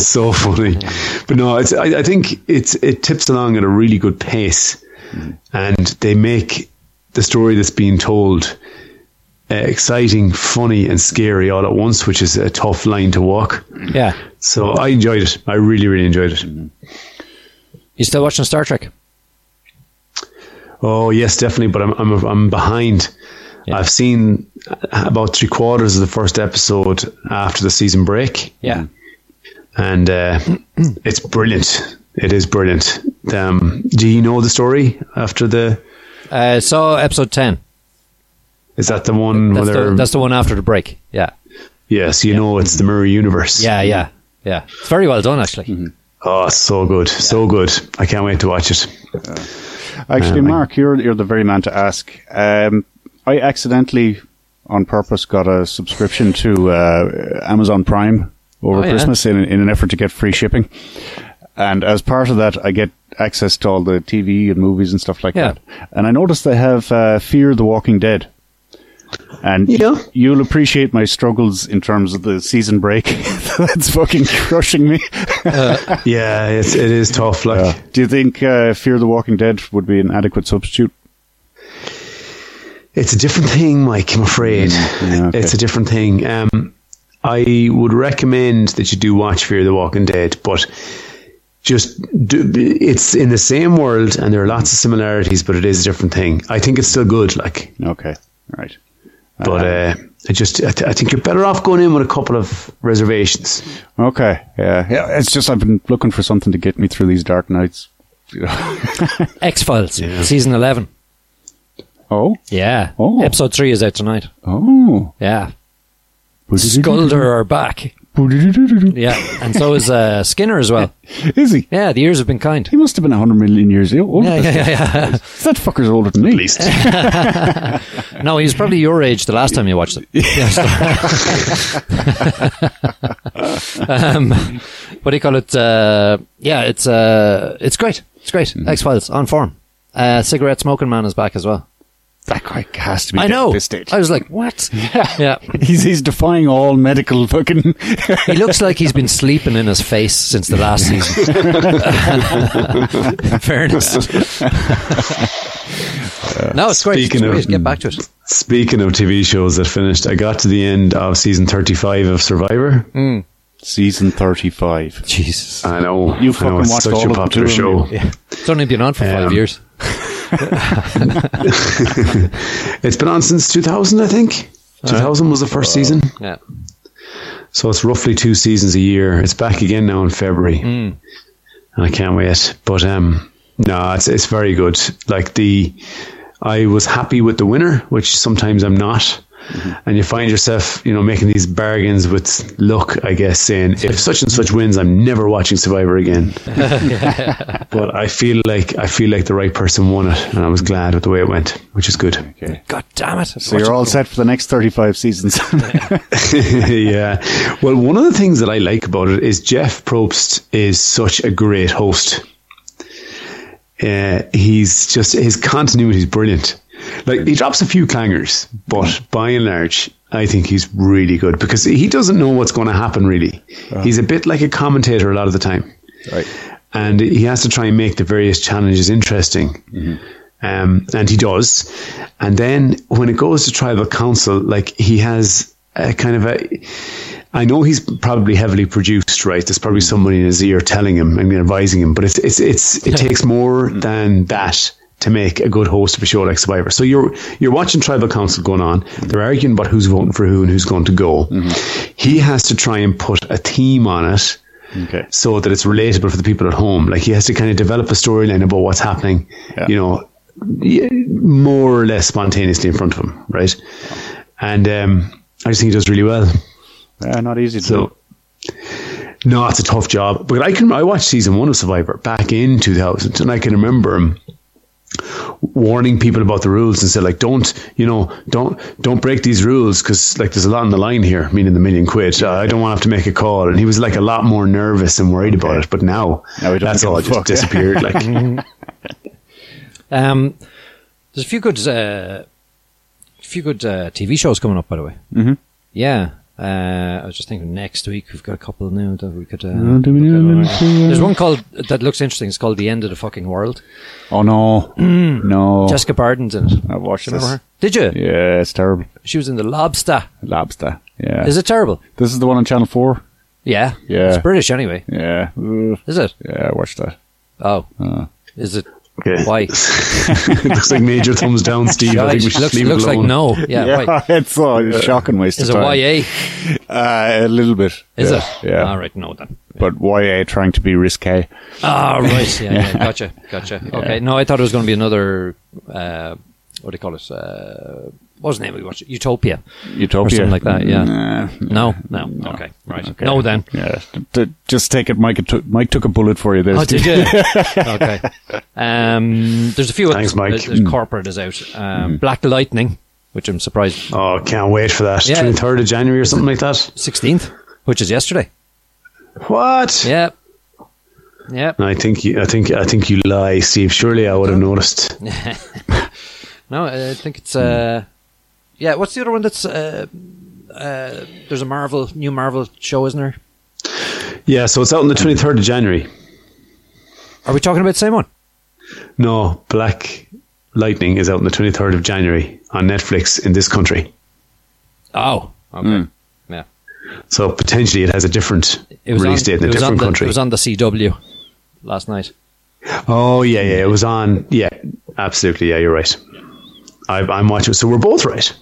[SPEAKER 2] <laughs>
[SPEAKER 3] <laughs> so funny. But no, it's, I, I think it's it tips along at a really good pace, and they make the story that's being told uh, exciting, funny, and scary all at once, which is a tough line to walk.
[SPEAKER 1] yeah.
[SPEAKER 3] So I enjoyed it. I really, really enjoyed it.
[SPEAKER 1] You still watching Star Trek?
[SPEAKER 3] Oh yes, definitely. But I'm I'm I'm behind.
[SPEAKER 1] Yeah.
[SPEAKER 3] I've seen uh, about three quarters of the first
[SPEAKER 2] Mm-hmm.
[SPEAKER 3] episode after the season break.
[SPEAKER 1] Yeah.
[SPEAKER 3] and uh, it's brilliant. It is brilliant. Um, do you know the story after the?
[SPEAKER 1] Uh, so episode ten.
[SPEAKER 3] Is that the one?
[SPEAKER 1] That's
[SPEAKER 3] where
[SPEAKER 1] the,
[SPEAKER 3] they're-
[SPEAKER 1] that's the one after the break. Yeah,
[SPEAKER 3] yes, you know it's the mirror universe.
[SPEAKER 1] yeah, yeah,
[SPEAKER 2] Mm-hmm.
[SPEAKER 1] yeah. It's very well done, actually.
[SPEAKER 3] Oh, it's so good, so good. I can't wait to watch it.
[SPEAKER 2] Actually,
[SPEAKER 3] Um, I-
[SPEAKER 2] Mark, you're you're the very man to ask. Um, I accidentally, on purpose, got a subscription to uh, Amazon Prime over
[SPEAKER 1] Oh, yeah.
[SPEAKER 2] Christmas in in an effort to get free shipping. And as part of that, I get access to all the TV and movies and stuff like
[SPEAKER 1] Yeah.
[SPEAKER 2] that. And I noticed they have uh, Fear the Walking Dead. And
[SPEAKER 3] Yeah.
[SPEAKER 2] you'll appreciate my struggles in terms of the season break. <laughs> That's fucking crushing me.
[SPEAKER 1] Uh,
[SPEAKER 3] Yeah, it's it is tough. Like,
[SPEAKER 2] Do you think uh, Fear the Walking Dead would be an adequate substitute?
[SPEAKER 3] It's a different thing, Mike. I'm afraid
[SPEAKER 2] Mm, yeah, okay.
[SPEAKER 3] it's a different thing. Um, I would recommend that you do watch Fear the Walking Dead, but just do, it's in the same world, and there are lots of similarities, but it is a different thing. I think it's still good, like,
[SPEAKER 2] Okay, right.
[SPEAKER 3] but
[SPEAKER 2] Um,
[SPEAKER 3] uh, I just I, th- I think you're better off going in with a couple of reservations.
[SPEAKER 2] Okay, yeah, yeah. It's just I've been looking for something to get me through these dark nights. <laughs>
[SPEAKER 1] X Files season eleven.
[SPEAKER 2] Oh,
[SPEAKER 1] Yeah.
[SPEAKER 2] Oh.
[SPEAKER 1] Episode three is out tonight.
[SPEAKER 2] oh.
[SPEAKER 1] Yeah. Skulder are back. Yeah, and so is uh, Skinner as well.
[SPEAKER 2] <laughs> Is he?
[SPEAKER 1] Yeah, the years have been kind.
[SPEAKER 2] He must have been hundred million years old.
[SPEAKER 1] Yeah, yeah, yeah,
[SPEAKER 2] <laughs> That fucker's older than me. At least. <laughs>
[SPEAKER 1] yeah. No, he was probably your age the last time you watched it. Yes. <laughs> um, what do you call it? Uh, yeah, it's uh, it's great. It's great.
[SPEAKER 2] Mm-hmm.
[SPEAKER 1] X Files on form. Uh, cigarette smoking man is back as well.
[SPEAKER 2] that guy has to be.
[SPEAKER 1] I
[SPEAKER 2] dead at
[SPEAKER 1] know.
[SPEAKER 2] This stage.
[SPEAKER 1] I was like,
[SPEAKER 2] <laughs>
[SPEAKER 1] what? Yeah.
[SPEAKER 2] He's, he's defying all medical fucking. <laughs>
[SPEAKER 1] He looks like he's been sleeping in his face since the last season. In Fairness. no, it's great.
[SPEAKER 3] Speaking
[SPEAKER 1] It's
[SPEAKER 3] of-
[SPEAKER 1] great. Get back to it.
[SPEAKER 3] <laughs> Speaking of TV shows that finished, I got to the end of season 35 of Survivor.
[SPEAKER 2] Mm. Season thirty-five.
[SPEAKER 1] Jesus.
[SPEAKER 3] I know
[SPEAKER 2] You
[SPEAKER 3] I know,
[SPEAKER 2] fucking
[SPEAKER 3] it's
[SPEAKER 2] watched
[SPEAKER 3] such
[SPEAKER 2] all
[SPEAKER 3] a
[SPEAKER 2] of them,
[SPEAKER 3] popular
[SPEAKER 2] too,
[SPEAKER 3] show.
[SPEAKER 2] haven't
[SPEAKER 1] It's only been on for five
[SPEAKER 3] Um,
[SPEAKER 1] years.
[SPEAKER 3] It's been on since 2000, I think.
[SPEAKER 2] Uh-huh.
[SPEAKER 3] 2000 was the first season.
[SPEAKER 1] Yeah.
[SPEAKER 3] So it's roughly two seasons a year. It's back again now in February. And I can't wait. But um no, it's it's very good. Like the I was happy with the winner, which sometimes I'm not. And you find yourself, you know, making these bargains with luck, I guess, saying if such and such wins, I'm never watching Survivor again. but I feel like I feel like the right person won it, and I was glad with the way it went, which is good.
[SPEAKER 1] God damn it.
[SPEAKER 2] So you're all set for the next thirty-five seasons. <laughs>
[SPEAKER 3] <laughs> yeah. Well, one of the things that I like about it is Jeff Probst is such a great host. Uh, he's just his continuity is brilliant. Like he drops a few clangers, but by and large, I think he's really good because he doesn't know what's going to happen. Really, he's a bit like a commentator a lot of the time
[SPEAKER 2] right.
[SPEAKER 3] and he has to try and make the various challenges interesting. Um, and he does. And then when it goes to tribal council, like he has a kind of a. I know he's probably heavily produced, right? There's probably somebody in his ear telling him and advising him, but it's it's it's it takes more than that to make a good host of a show like Survivor. So you're you're watching tribal council going on. They're arguing about who's voting for who and who's going to go. He has to try and put a theme on it
[SPEAKER 2] Okay.
[SPEAKER 3] so that it's relatable for the people at home. Like he has to kind of develop a storyline about what's happening,
[SPEAKER 2] Yeah.
[SPEAKER 3] you know, y- more or less spontaneously in front of him, right? And um, I just think he does really well.
[SPEAKER 2] Uh, not easy to do.
[SPEAKER 3] So, no, it's a tough job. But I can I watched season one of Survivor back in 2000, and I can remember him warning people about the rules and said like, don't you know, don't don't break these rules because like there's a lot on the line here, meaning the million quid. Uh, I don't want to have to make a call, and he was like a lot more nervous and worried about it. But now,
[SPEAKER 2] Now he doesn't
[SPEAKER 3] that's
[SPEAKER 2] give
[SPEAKER 3] all
[SPEAKER 2] a
[SPEAKER 3] just
[SPEAKER 2] fuck. <laughs>
[SPEAKER 3] disappeared. Like, <laughs>
[SPEAKER 1] Um, there's a few good, uh, few good uh, TV shows coming up, by the way. Mm-hmm. Yeah. Uh, I was just thinking next week we've got a couple new that we could. Uh,
[SPEAKER 2] do we need
[SPEAKER 1] look at
[SPEAKER 2] a
[SPEAKER 1] already.
[SPEAKER 2] little few, uh,
[SPEAKER 1] There's one called that looks interesting. It's called The End of the Fucking World.
[SPEAKER 2] Oh no,
[SPEAKER 1] Mm.
[SPEAKER 2] no.
[SPEAKER 1] Jessica Barden's in it.
[SPEAKER 2] I watched
[SPEAKER 1] Do you remember
[SPEAKER 2] this.
[SPEAKER 1] her? Did you?
[SPEAKER 2] Yeah, it's terrible.
[SPEAKER 1] She was in The Lobster.
[SPEAKER 2] Lobster. Yeah.
[SPEAKER 1] Is it terrible?
[SPEAKER 2] This is the one on Channel Four.
[SPEAKER 1] Yeah.
[SPEAKER 2] Yeah.
[SPEAKER 1] It's British anyway.
[SPEAKER 2] Yeah. Ugh.
[SPEAKER 1] Is it?
[SPEAKER 2] Yeah, I watched that.
[SPEAKER 1] Oh. Is it
[SPEAKER 3] Okay.
[SPEAKER 1] Why?
[SPEAKER 3] it looks like major
[SPEAKER 2] <laughs>
[SPEAKER 3] thumbs down, Steve. I think we
[SPEAKER 1] Guys,
[SPEAKER 3] should
[SPEAKER 1] looks
[SPEAKER 3] leave
[SPEAKER 1] looks
[SPEAKER 3] it
[SPEAKER 1] like
[SPEAKER 3] alone. <laughs>
[SPEAKER 1] no. Yeah, why?
[SPEAKER 2] it's a shocking waste
[SPEAKER 1] Is
[SPEAKER 2] of
[SPEAKER 1] it
[SPEAKER 2] time.
[SPEAKER 1] YA?
[SPEAKER 2] Uh, a little bit.
[SPEAKER 1] Is
[SPEAKER 2] yeah.
[SPEAKER 1] it?
[SPEAKER 2] Yeah.
[SPEAKER 1] All right, no then.
[SPEAKER 2] But YA trying to be risque.
[SPEAKER 1] Ah, right. Yeah, yeah. Gotcha. Gotcha. Okay. No, I thought it was going to be another. Uh, what do you call it? Uh, what was the name we watched? Utopia.
[SPEAKER 2] Utopia.
[SPEAKER 1] Or something like that, yeah.
[SPEAKER 2] Nah.
[SPEAKER 1] No, no. Okay. Right. No, then.
[SPEAKER 2] Yeah. D- d- just take it. Mike, took Mike took a bullet for you there.
[SPEAKER 1] Oh,
[SPEAKER 2] Steve.
[SPEAKER 1] did you? <laughs> okay. Um, there's a few.
[SPEAKER 3] Thanks, Mike. Mm-hmm.
[SPEAKER 1] There's, there's corporate is out. Um, Black Lightning, which I'm surprised.
[SPEAKER 3] Oh, can't wait for that.
[SPEAKER 1] Yeah.
[SPEAKER 3] 23rd of January or something like that.
[SPEAKER 1] Sixteenth, which is yesterday.
[SPEAKER 3] What?
[SPEAKER 1] Yeah. Yeah.
[SPEAKER 3] I think you, I think I think you lie, Steve. Surely I would have noticed.
[SPEAKER 1] No, I think it's. Uh, yeah. What's the other one that's? Uh, uh, there's a Marvel new Marvel show, isn't there?
[SPEAKER 3] Yeah, so it's out on the 23rd of January.
[SPEAKER 1] Are we talking about the same one?
[SPEAKER 3] No, Black Lightning is out on the 23rd of January on Netflix in this country.
[SPEAKER 1] Oh, okay.
[SPEAKER 3] Hmm.
[SPEAKER 1] Yeah.
[SPEAKER 3] So potentially it has a different release date in a
[SPEAKER 1] it was
[SPEAKER 3] different
[SPEAKER 1] the,
[SPEAKER 3] country.
[SPEAKER 1] It was on the CW last night.
[SPEAKER 3] oh yeah, yeah, it was on. Yeah, absolutely. Yeah, you're right. I, I'm watching. So we're both right.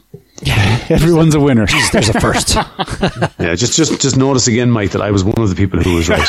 [SPEAKER 2] <laughs> Everyone's a winner.
[SPEAKER 1] There's a first.
[SPEAKER 3] Yeah, just just just notice again, Mike, that I was one of the people who
[SPEAKER 1] <laughs>
[SPEAKER 3] was right.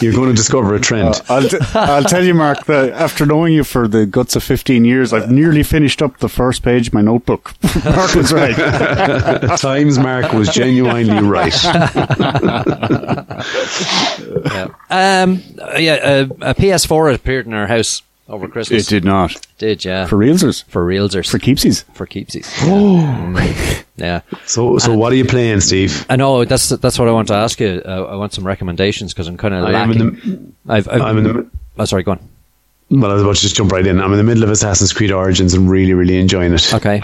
[SPEAKER 3] You're going to discover a trend.
[SPEAKER 2] <laughs> I'll, t- I'll tell you, Mark, that after knowing you for the guts of 15 years, I've nearly finished up the first page of my notebook. <laughs> Mark was right.
[SPEAKER 3] At times Mark was genuinely right.
[SPEAKER 1] yeah. <laughs> Um, yeah. A, a PS4 appeared in our house over Christmas.
[SPEAKER 2] It did not.
[SPEAKER 1] Did yeah.
[SPEAKER 2] For realsers.
[SPEAKER 1] for realsers.
[SPEAKER 2] For keepsies.
[SPEAKER 1] for
[SPEAKER 2] <gasps>
[SPEAKER 1] keepsies. Mm, yeah.
[SPEAKER 3] So so what are you playing, Steve?
[SPEAKER 1] I know that's that's what I want to ask you. Uh, I want some recommendations because I'm kind of
[SPEAKER 3] I am in
[SPEAKER 1] lacking. I've, I've,
[SPEAKER 3] I'm in the-
[SPEAKER 1] oh, sorry, go on.
[SPEAKER 3] Well, I was about to just jump right in. I'm in the middle of Assassin's Creed Origins and really, really enjoying it.
[SPEAKER 1] Okay.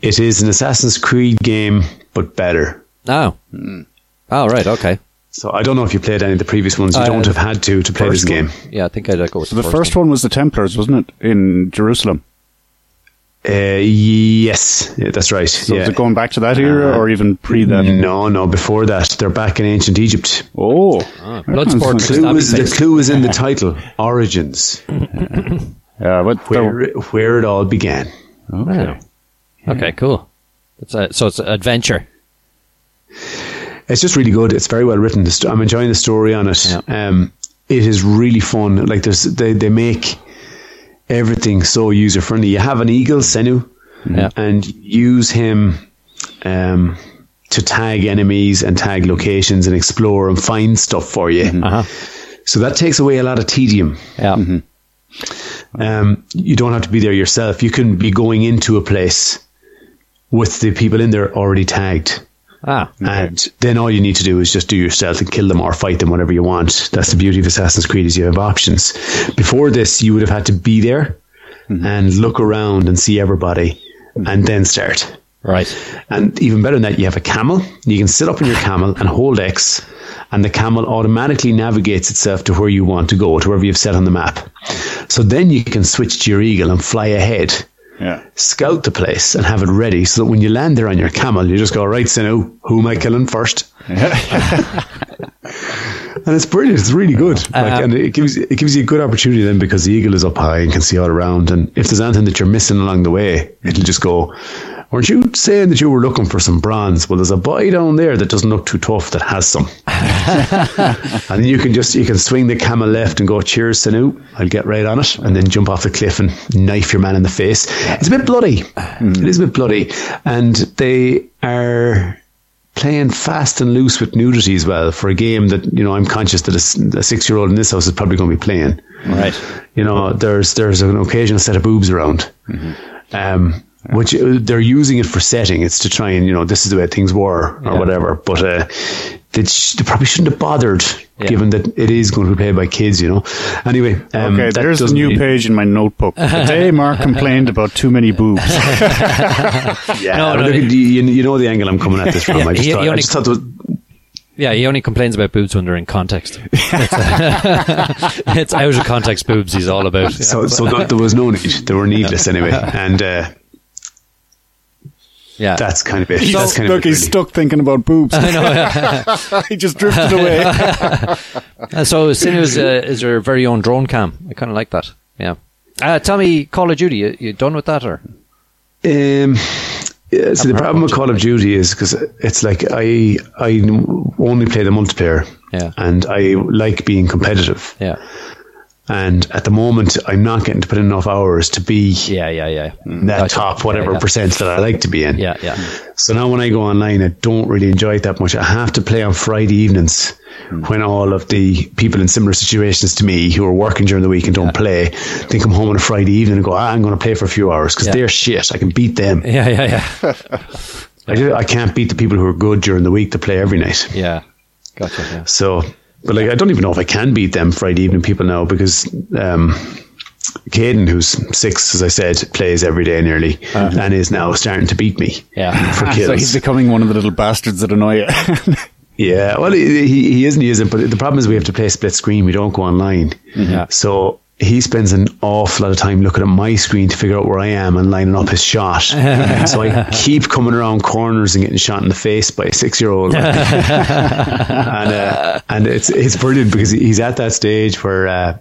[SPEAKER 3] It is an Assassin's Creed game, but better.
[SPEAKER 1] Oh.
[SPEAKER 3] Hmm.
[SPEAKER 1] Oh right. Okay.
[SPEAKER 3] So I don't know if you played any of the previous ones. You
[SPEAKER 1] Uh,
[SPEAKER 3] don't have had to to play this
[SPEAKER 2] first
[SPEAKER 3] game.
[SPEAKER 1] Yeah, I think I'd uh, go with
[SPEAKER 2] So the
[SPEAKER 1] first
[SPEAKER 2] first one was the Templars, wasn't it, in Jerusalem?
[SPEAKER 3] Uh, yes, yeah, that's right.
[SPEAKER 2] So
[SPEAKER 3] yeah. Uh-huh.
[SPEAKER 2] is it going back to that era or even pre that?
[SPEAKER 3] No, no. Before that, they're back in ancient Egypt.
[SPEAKER 2] Oh.
[SPEAKER 3] Ah,
[SPEAKER 1] Bloodsport.
[SPEAKER 3] The clue is, the clue is in the title: Origins,
[SPEAKER 2] Yeah, but
[SPEAKER 3] where
[SPEAKER 2] there,
[SPEAKER 3] where it all began.
[SPEAKER 1] Okay. Okay, cool. It's a, so it's an adventure.
[SPEAKER 3] It's just really good. It's very well written. The sto- I'm enjoying the story on it.
[SPEAKER 1] Yeah.
[SPEAKER 3] Um, it is really fun. Like there's they, they make everything so user friendly. You have an eagle, Senu,
[SPEAKER 1] Yeah.
[SPEAKER 3] and use him um, to tag enemies and tag locations and explore and find stuff for you.
[SPEAKER 1] Uh-huh.
[SPEAKER 3] So that takes away a lot of tedium.
[SPEAKER 1] Yeah.
[SPEAKER 3] Mm-hmm. Um, you don't have to be there yourself. You can be going into a place with the people in there already tagged.
[SPEAKER 1] Ah.
[SPEAKER 3] And then all you need to do is just do your stealth and kill them or fight them, whatever you want. That's the beauty of Assassin's Creed is you have options. Before this, you would have had to be there and look around and see everybody and then start.
[SPEAKER 1] Right.
[SPEAKER 3] And even better than that, you have a camel. You can sit up on your camel and hold X, and the camel automatically navigates itself to where you want to go, to wherever you've set on the map. So then you can switch to your eagle and fly ahead
[SPEAKER 2] yeah.
[SPEAKER 3] scout the place and have it ready so that when you land there on your camel, you just go, right, Sinu, who am I killing first? <laughs> and it's brilliant. It's really good. Like, and it gives it gives you a good opportunity then because the eagle is up high and can see all around. And if there's anything that you're missing along the way, it'll just go, weren't you saying that you were looking for some bronze? Well, there's a boy down there that doesn't look too tough that has some. and then you can just you can swing the camel left and go cheers Sinu I'll get right on it and then jump off the cliff and knife your man in the face it's a bit bloody it is a bit bloody and they are playing fast and loose with nudity as well for a game that you know I'm conscious that a s- a, six year old in this house is probably going to be playing
[SPEAKER 1] Right.
[SPEAKER 3] you know there's there's an occasional set of boobs around um which uh, they're using it for setting it's to try and you know this is the way things were or whatever but uh they, sh- they probably shouldn't have bothered
[SPEAKER 1] Yeah.
[SPEAKER 3] given that it is going to be played by kids you know anyway um,
[SPEAKER 2] okay,
[SPEAKER 3] that
[SPEAKER 2] there's a
[SPEAKER 3] doesn't
[SPEAKER 2] new
[SPEAKER 3] really-
[SPEAKER 2] page in my
[SPEAKER 3] <laughs>
[SPEAKER 2] notebook. Today, Mark complained about too many boobs.
[SPEAKER 3] yeah
[SPEAKER 1] No,
[SPEAKER 3] but
[SPEAKER 1] no,
[SPEAKER 3] look,
[SPEAKER 1] it-
[SPEAKER 3] you, you know the angle I'm coming at this from I just
[SPEAKER 1] he-
[SPEAKER 3] thought,
[SPEAKER 1] he
[SPEAKER 3] I
[SPEAKER 1] only-
[SPEAKER 3] just thought there was-
[SPEAKER 1] Yeah, he only complains about boobs when they're in
[SPEAKER 2] <laughs>
[SPEAKER 1] context. It's, it's <laughs> out of context boobs he's all about.
[SPEAKER 3] so, so not, there was no need. They were needless anyway. And uh,
[SPEAKER 1] Yeah.
[SPEAKER 3] That's kind of it.
[SPEAKER 2] He's,
[SPEAKER 3] That's
[SPEAKER 2] stuck,
[SPEAKER 3] kind of it,
[SPEAKER 2] he's
[SPEAKER 3] really.
[SPEAKER 2] stuck thinking about
[SPEAKER 1] <laughs>
[SPEAKER 3] <laughs>
[SPEAKER 2] boobs. I know. he just drifted away.
[SPEAKER 1] <laughs> And so Sinu is, uh, is her very own drone cam. I kind of like that. Yeah. Uh, tell me, Call of Duty, you, you done with that or?
[SPEAKER 3] Um, yeah, so
[SPEAKER 1] Haven't
[SPEAKER 3] the
[SPEAKER 1] heard
[SPEAKER 3] problem
[SPEAKER 1] much
[SPEAKER 3] with Call
[SPEAKER 1] of
[SPEAKER 3] of
[SPEAKER 1] it.
[SPEAKER 3] Duty is because it's like I I only play the multiplayer,
[SPEAKER 1] Yeah.
[SPEAKER 3] and I like being competitive.
[SPEAKER 1] Yeah.
[SPEAKER 3] And at the moment, I'm not getting to put in enough hours to be
[SPEAKER 1] Yeah, yeah, yeah.
[SPEAKER 3] Mm, that
[SPEAKER 1] Gotcha.
[SPEAKER 3] top whatever
[SPEAKER 1] yeah, yeah.
[SPEAKER 3] percent that I like to be in.
[SPEAKER 1] Yeah, yeah.
[SPEAKER 3] So now when I go online, I don't really enjoy it that much. I have to play on Friday evenings
[SPEAKER 1] Hmm.
[SPEAKER 3] when all of the people in similar situations to me who are working during the week and don't play, they come home on a Friday evening and go, ah, I'm going to play for a few hours because
[SPEAKER 1] Yeah.
[SPEAKER 3] they're shit. I can beat them.
[SPEAKER 1] Yeah, yeah,
[SPEAKER 3] <laughs>
[SPEAKER 1] yeah.
[SPEAKER 3] I, do, I can't beat the people who are good during the week to play every night.
[SPEAKER 1] Yeah. Gotcha. Yeah.
[SPEAKER 3] So, but like, I don't even know if I can beat them Friday evening people now because um, Caden, who's six, as I said, plays every day nearly and is now starting to beat me.
[SPEAKER 1] Yeah.
[SPEAKER 3] For
[SPEAKER 2] Uh-huh. <laughs> so
[SPEAKER 3] kills.
[SPEAKER 2] he's becoming one of the little bastards that annoy you. <laughs> Uh,
[SPEAKER 3] yeah. Well, he, he he isn't, he isn't. But the problem is we have to play split screen. We don't go online.
[SPEAKER 1] Yeah.
[SPEAKER 3] So he spends an awful lot of time looking at my screen to figure out where I am and lining up his shot. so I keep coming around corners and getting shot in the face by a six year old. and uh, and it's it's brilliant because he's at that stage where uh,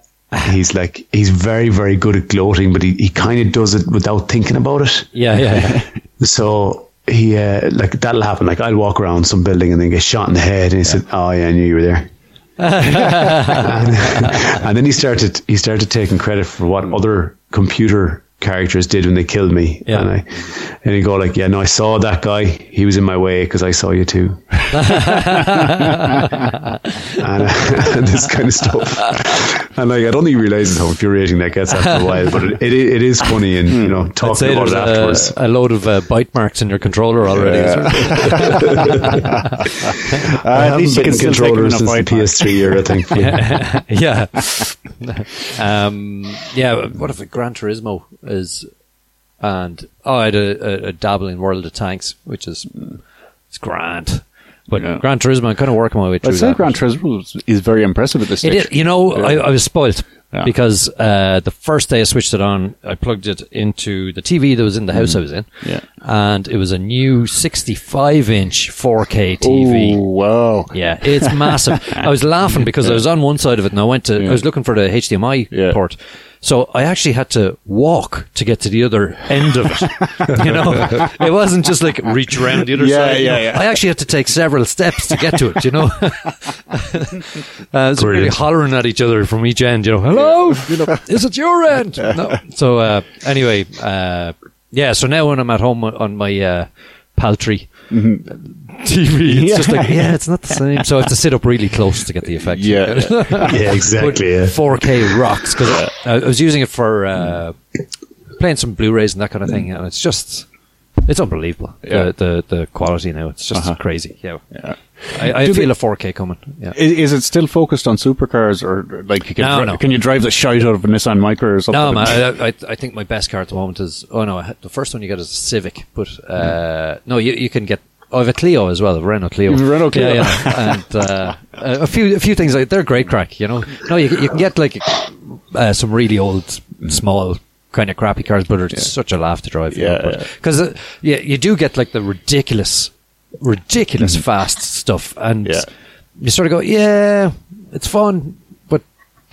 [SPEAKER 3] he's like he's very very good at gloating, but he, he kind of does it without thinking about it.
[SPEAKER 1] Yeah, yeah,
[SPEAKER 3] <laughs>
[SPEAKER 1] yeah.
[SPEAKER 3] So he uh, like that'll happen. Like I'll walk around some building and then get shot in the head, and he said, "Oh yeah, I knew you
[SPEAKER 1] <laughs>
[SPEAKER 3] were there." and, and then he started he started taking credit for what other computer characters did when they killed me.
[SPEAKER 1] Yeah.
[SPEAKER 3] And I and he go like, "Yeah, no, I saw that guy. He was in my way because I saw you too." and, uh, and <laughs> this kind of stuff. And like, I don't think he realizes how infuriating that gets after a while, but it, it, it is funny and you know
[SPEAKER 1] Hmm. I'd
[SPEAKER 3] talking
[SPEAKER 1] say
[SPEAKER 3] about
[SPEAKER 1] there's
[SPEAKER 3] it afterwards.
[SPEAKER 1] a, a load of uh, bite marks in your controller already.
[SPEAKER 3] I
[SPEAKER 2] at
[SPEAKER 3] haven't
[SPEAKER 2] least you can still
[SPEAKER 3] been a
[SPEAKER 2] take him
[SPEAKER 3] controller
[SPEAKER 2] in a
[SPEAKER 3] since the
[SPEAKER 2] bite mark.
[SPEAKER 3] PS3 era,
[SPEAKER 2] <laughs>
[SPEAKER 3] thankfully.
[SPEAKER 1] yeah. <laughs> um, yeah. What if Gran Turismo is, and oh, I had a, a, a dabble in World of Tanks, which is mm, it's grand, but
[SPEAKER 2] Yeah.
[SPEAKER 1] Gran Turismo, I'm kind of working my way through
[SPEAKER 2] I'd say
[SPEAKER 1] that.
[SPEAKER 2] Gran Turismo is- is very impressive at this
[SPEAKER 1] It
[SPEAKER 2] stage.
[SPEAKER 1] is, you know, I, I was spoilt
[SPEAKER 2] Yeah.
[SPEAKER 1] because uh, the first day I switched it on, I plugged it into the TV that was in the house I was in,
[SPEAKER 2] Mm. Yeah.
[SPEAKER 1] and it was a new 65 inch 4K TV.
[SPEAKER 2] Oh, wow.
[SPEAKER 1] Yeah, it's
[SPEAKER 2] <laughs>
[SPEAKER 1] massive. I was laughing because I was on one side of it and I went to, I was looking for the HDMI
[SPEAKER 2] Yeah.
[SPEAKER 1] port. So I actually had to walk to get to the other end of it. <laughs> you know, it wasn't just like reach around the other
[SPEAKER 2] Yeah,
[SPEAKER 1] side. you
[SPEAKER 2] yeah,
[SPEAKER 1] know.
[SPEAKER 2] yeah.
[SPEAKER 1] I actually had to take several steps to get to it, you know. <laughs> uh, so we
[SPEAKER 3] Brilliant.
[SPEAKER 1] hollering at each other from each end, you know, hello, you know, is it your
[SPEAKER 2] <laughs>
[SPEAKER 1] end? No. So uh, anyway, uh, yeah, so now when I'm at home on my uh, paltry, TV. It's
[SPEAKER 2] Yeah.
[SPEAKER 1] just like, yeah, it's not <laughs> the same. So I have to sit up really close to get the effect. <laughs>
[SPEAKER 2] Yeah.
[SPEAKER 3] <laughs> yeah,
[SPEAKER 1] But
[SPEAKER 3] exactly. Yeah.
[SPEAKER 1] 4K rocks because I, I was using it for uh, playing some Blu-rays and that kind of thing, and it's just. It's unbelievable
[SPEAKER 2] Yeah. Uh-huh.
[SPEAKER 1] the, the the quality now. It's just crazy. Yeah,
[SPEAKER 2] Yeah.
[SPEAKER 1] I, I
[SPEAKER 2] Do
[SPEAKER 1] feel
[SPEAKER 2] they-
[SPEAKER 1] a 4K coming. Yeah,
[SPEAKER 2] Is, is it still focused on supercars, or like you can,
[SPEAKER 1] No,
[SPEAKER 2] dri-
[SPEAKER 1] no.
[SPEAKER 2] can you drive the shite out of a Nissan Micra or something?
[SPEAKER 1] no, man.
[SPEAKER 2] <laughs>
[SPEAKER 1] I, I, I think my best car at the moment is oh no, I had, the first one you get is a Civic, but uh, no, you, you can get. Oh, I have a Clio as well, a Renault Clio.
[SPEAKER 2] You have a Renault Clio.
[SPEAKER 1] yeah, yeah. and
[SPEAKER 2] <laughs>
[SPEAKER 1] uh, a few a few things. Like, they're great crack, you know. No, you, you can get like uh, some really old, small kind of crappy cars, but it's such a laugh to drive.
[SPEAKER 2] Yeah, yeah.
[SPEAKER 1] because uh, yeah, you do get like the ridiculous, ridiculous fast stuff, and
[SPEAKER 2] Mm. Yeah.
[SPEAKER 1] you sort of go, yeah, it's fun, but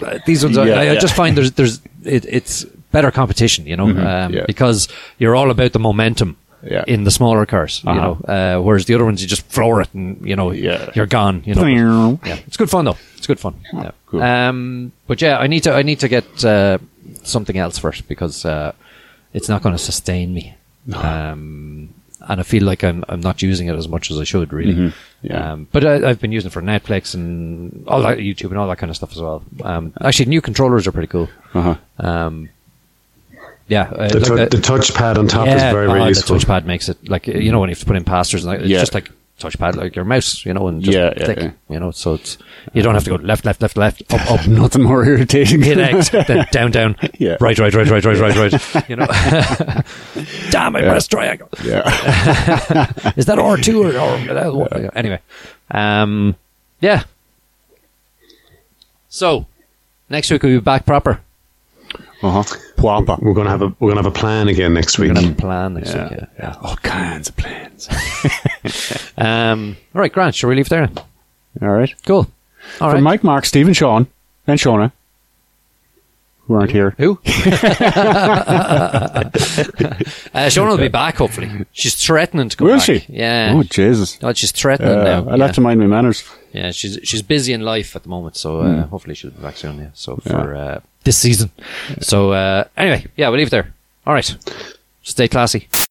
[SPEAKER 1] uh, these ones, are,
[SPEAKER 2] Yeah,
[SPEAKER 1] I, I
[SPEAKER 2] yeah.
[SPEAKER 1] just find there's there's it, it's better competition, you know, um,
[SPEAKER 2] Mm-hmm. yeah.
[SPEAKER 1] because you're all about the momentum.
[SPEAKER 2] Yeah.
[SPEAKER 1] In the smaller cars, you
[SPEAKER 2] Uh-huh.
[SPEAKER 1] know, uh, whereas the other ones you just floor it and you know
[SPEAKER 2] Yeah.
[SPEAKER 1] you're gone. You know,
[SPEAKER 2] Meow.
[SPEAKER 1] yeah, it's good fun though. It's good fun. Yeah.
[SPEAKER 2] cool.
[SPEAKER 1] Um, but yeah, I need to I need to get uh, something else first because uh, it's not going to sustain me, um, and I feel like I'm I'm not using it as much as I should really.
[SPEAKER 2] Yeah.
[SPEAKER 1] Um, but I, I've been using it for Netflix and all that YouTube and all that kind of stuff as well. Um, actually, new controllers are pretty cool.
[SPEAKER 2] Uh-huh.
[SPEAKER 1] Um, yeah, uh,
[SPEAKER 3] The,
[SPEAKER 1] look,
[SPEAKER 3] tou-
[SPEAKER 1] uh,
[SPEAKER 3] the touchpad on top is
[SPEAKER 1] yeah,
[SPEAKER 3] very, very
[SPEAKER 1] oh,
[SPEAKER 3] useful.
[SPEAKER 1] The touchpad makes it like you know when you have to put in passwords and that, it's
[SPEAKER 2] Yeah.
[SPEAKER 1] just like touchpad like your mouse, you know, and just
[SPEAKER 2] Yeah, yeah,
[SPEAKER 1] click,
[SPEAKER 2] yeah.
[SPEAKER 1] you know, so it's you don't have to go left, left, left, left, up, up,
[SPEAKER 2] Nothing more irritating.
[SPEAKER 1] hit
[SPEAKER 2] than- <laughs>
[SPEAKER 1] X, then down, down,
[SPEAKER 2] Yeah.
[SPEAKER 1] right, right, right, right, right, right,
[SPEAKER 2] <laughs>
[SPEAKER 1] right. You know, <laughs> damn, I pressed triangle.
[SPEAKER 2] yeah.
[SPEAKER 1] <laughs> Is that R two or, or L1? anyway? Um, yeah. So next week we'll be back proper.
[SPEAKER 2] Uh huh. Pwapa.
[SPEAKER 3] We're gonna have a we're gonna have a plan again next week.
[SPEAKER 1] We're gonna have a plan next
[SPEAKER 2] Yeah,
[SPEAKER 1] week. Yeah.
[SPEAKER 2] yeah. All kinds of plans.
[SPEAKER 1] Um, all right, Grant. Shall we leave there?
[SPEAKER 2] All right.
[SPEAKER 1] Cool. All
[SPEAKER 2] From
[SPEAKER 1] right.
[SPEAKER 2] Mike, Mark, Stephen, Sean, and Shauna, who aren't here. <laughs>
[SPEAKER 1] Who? uh, Sean will be back. Hopefully, she's threatening to come
[SPEAKER 2] Will
[SPEAKER 1] back.
[SPEAKER 2] she?
[SPEAKER 1] Yeah.
[SPEAKER 2] Oh Jesus.
[SPEAKER 1] Oh, she's threatening
[SPEAKER 2] Uh,
[SPEAKER 1] now.
[SPEAKER 2] I'll
[SPEAKER 1] yeah.
[SPEAKER 2] have to mind my manners.
[SPEAKER 1] Yeah, she's she's busy in life at the moment, so uh, hopefully she'll be back soon. Yeah. So for uh, this season. So uh, anyway, yeah, we'll leave it there. All right. Stay classy.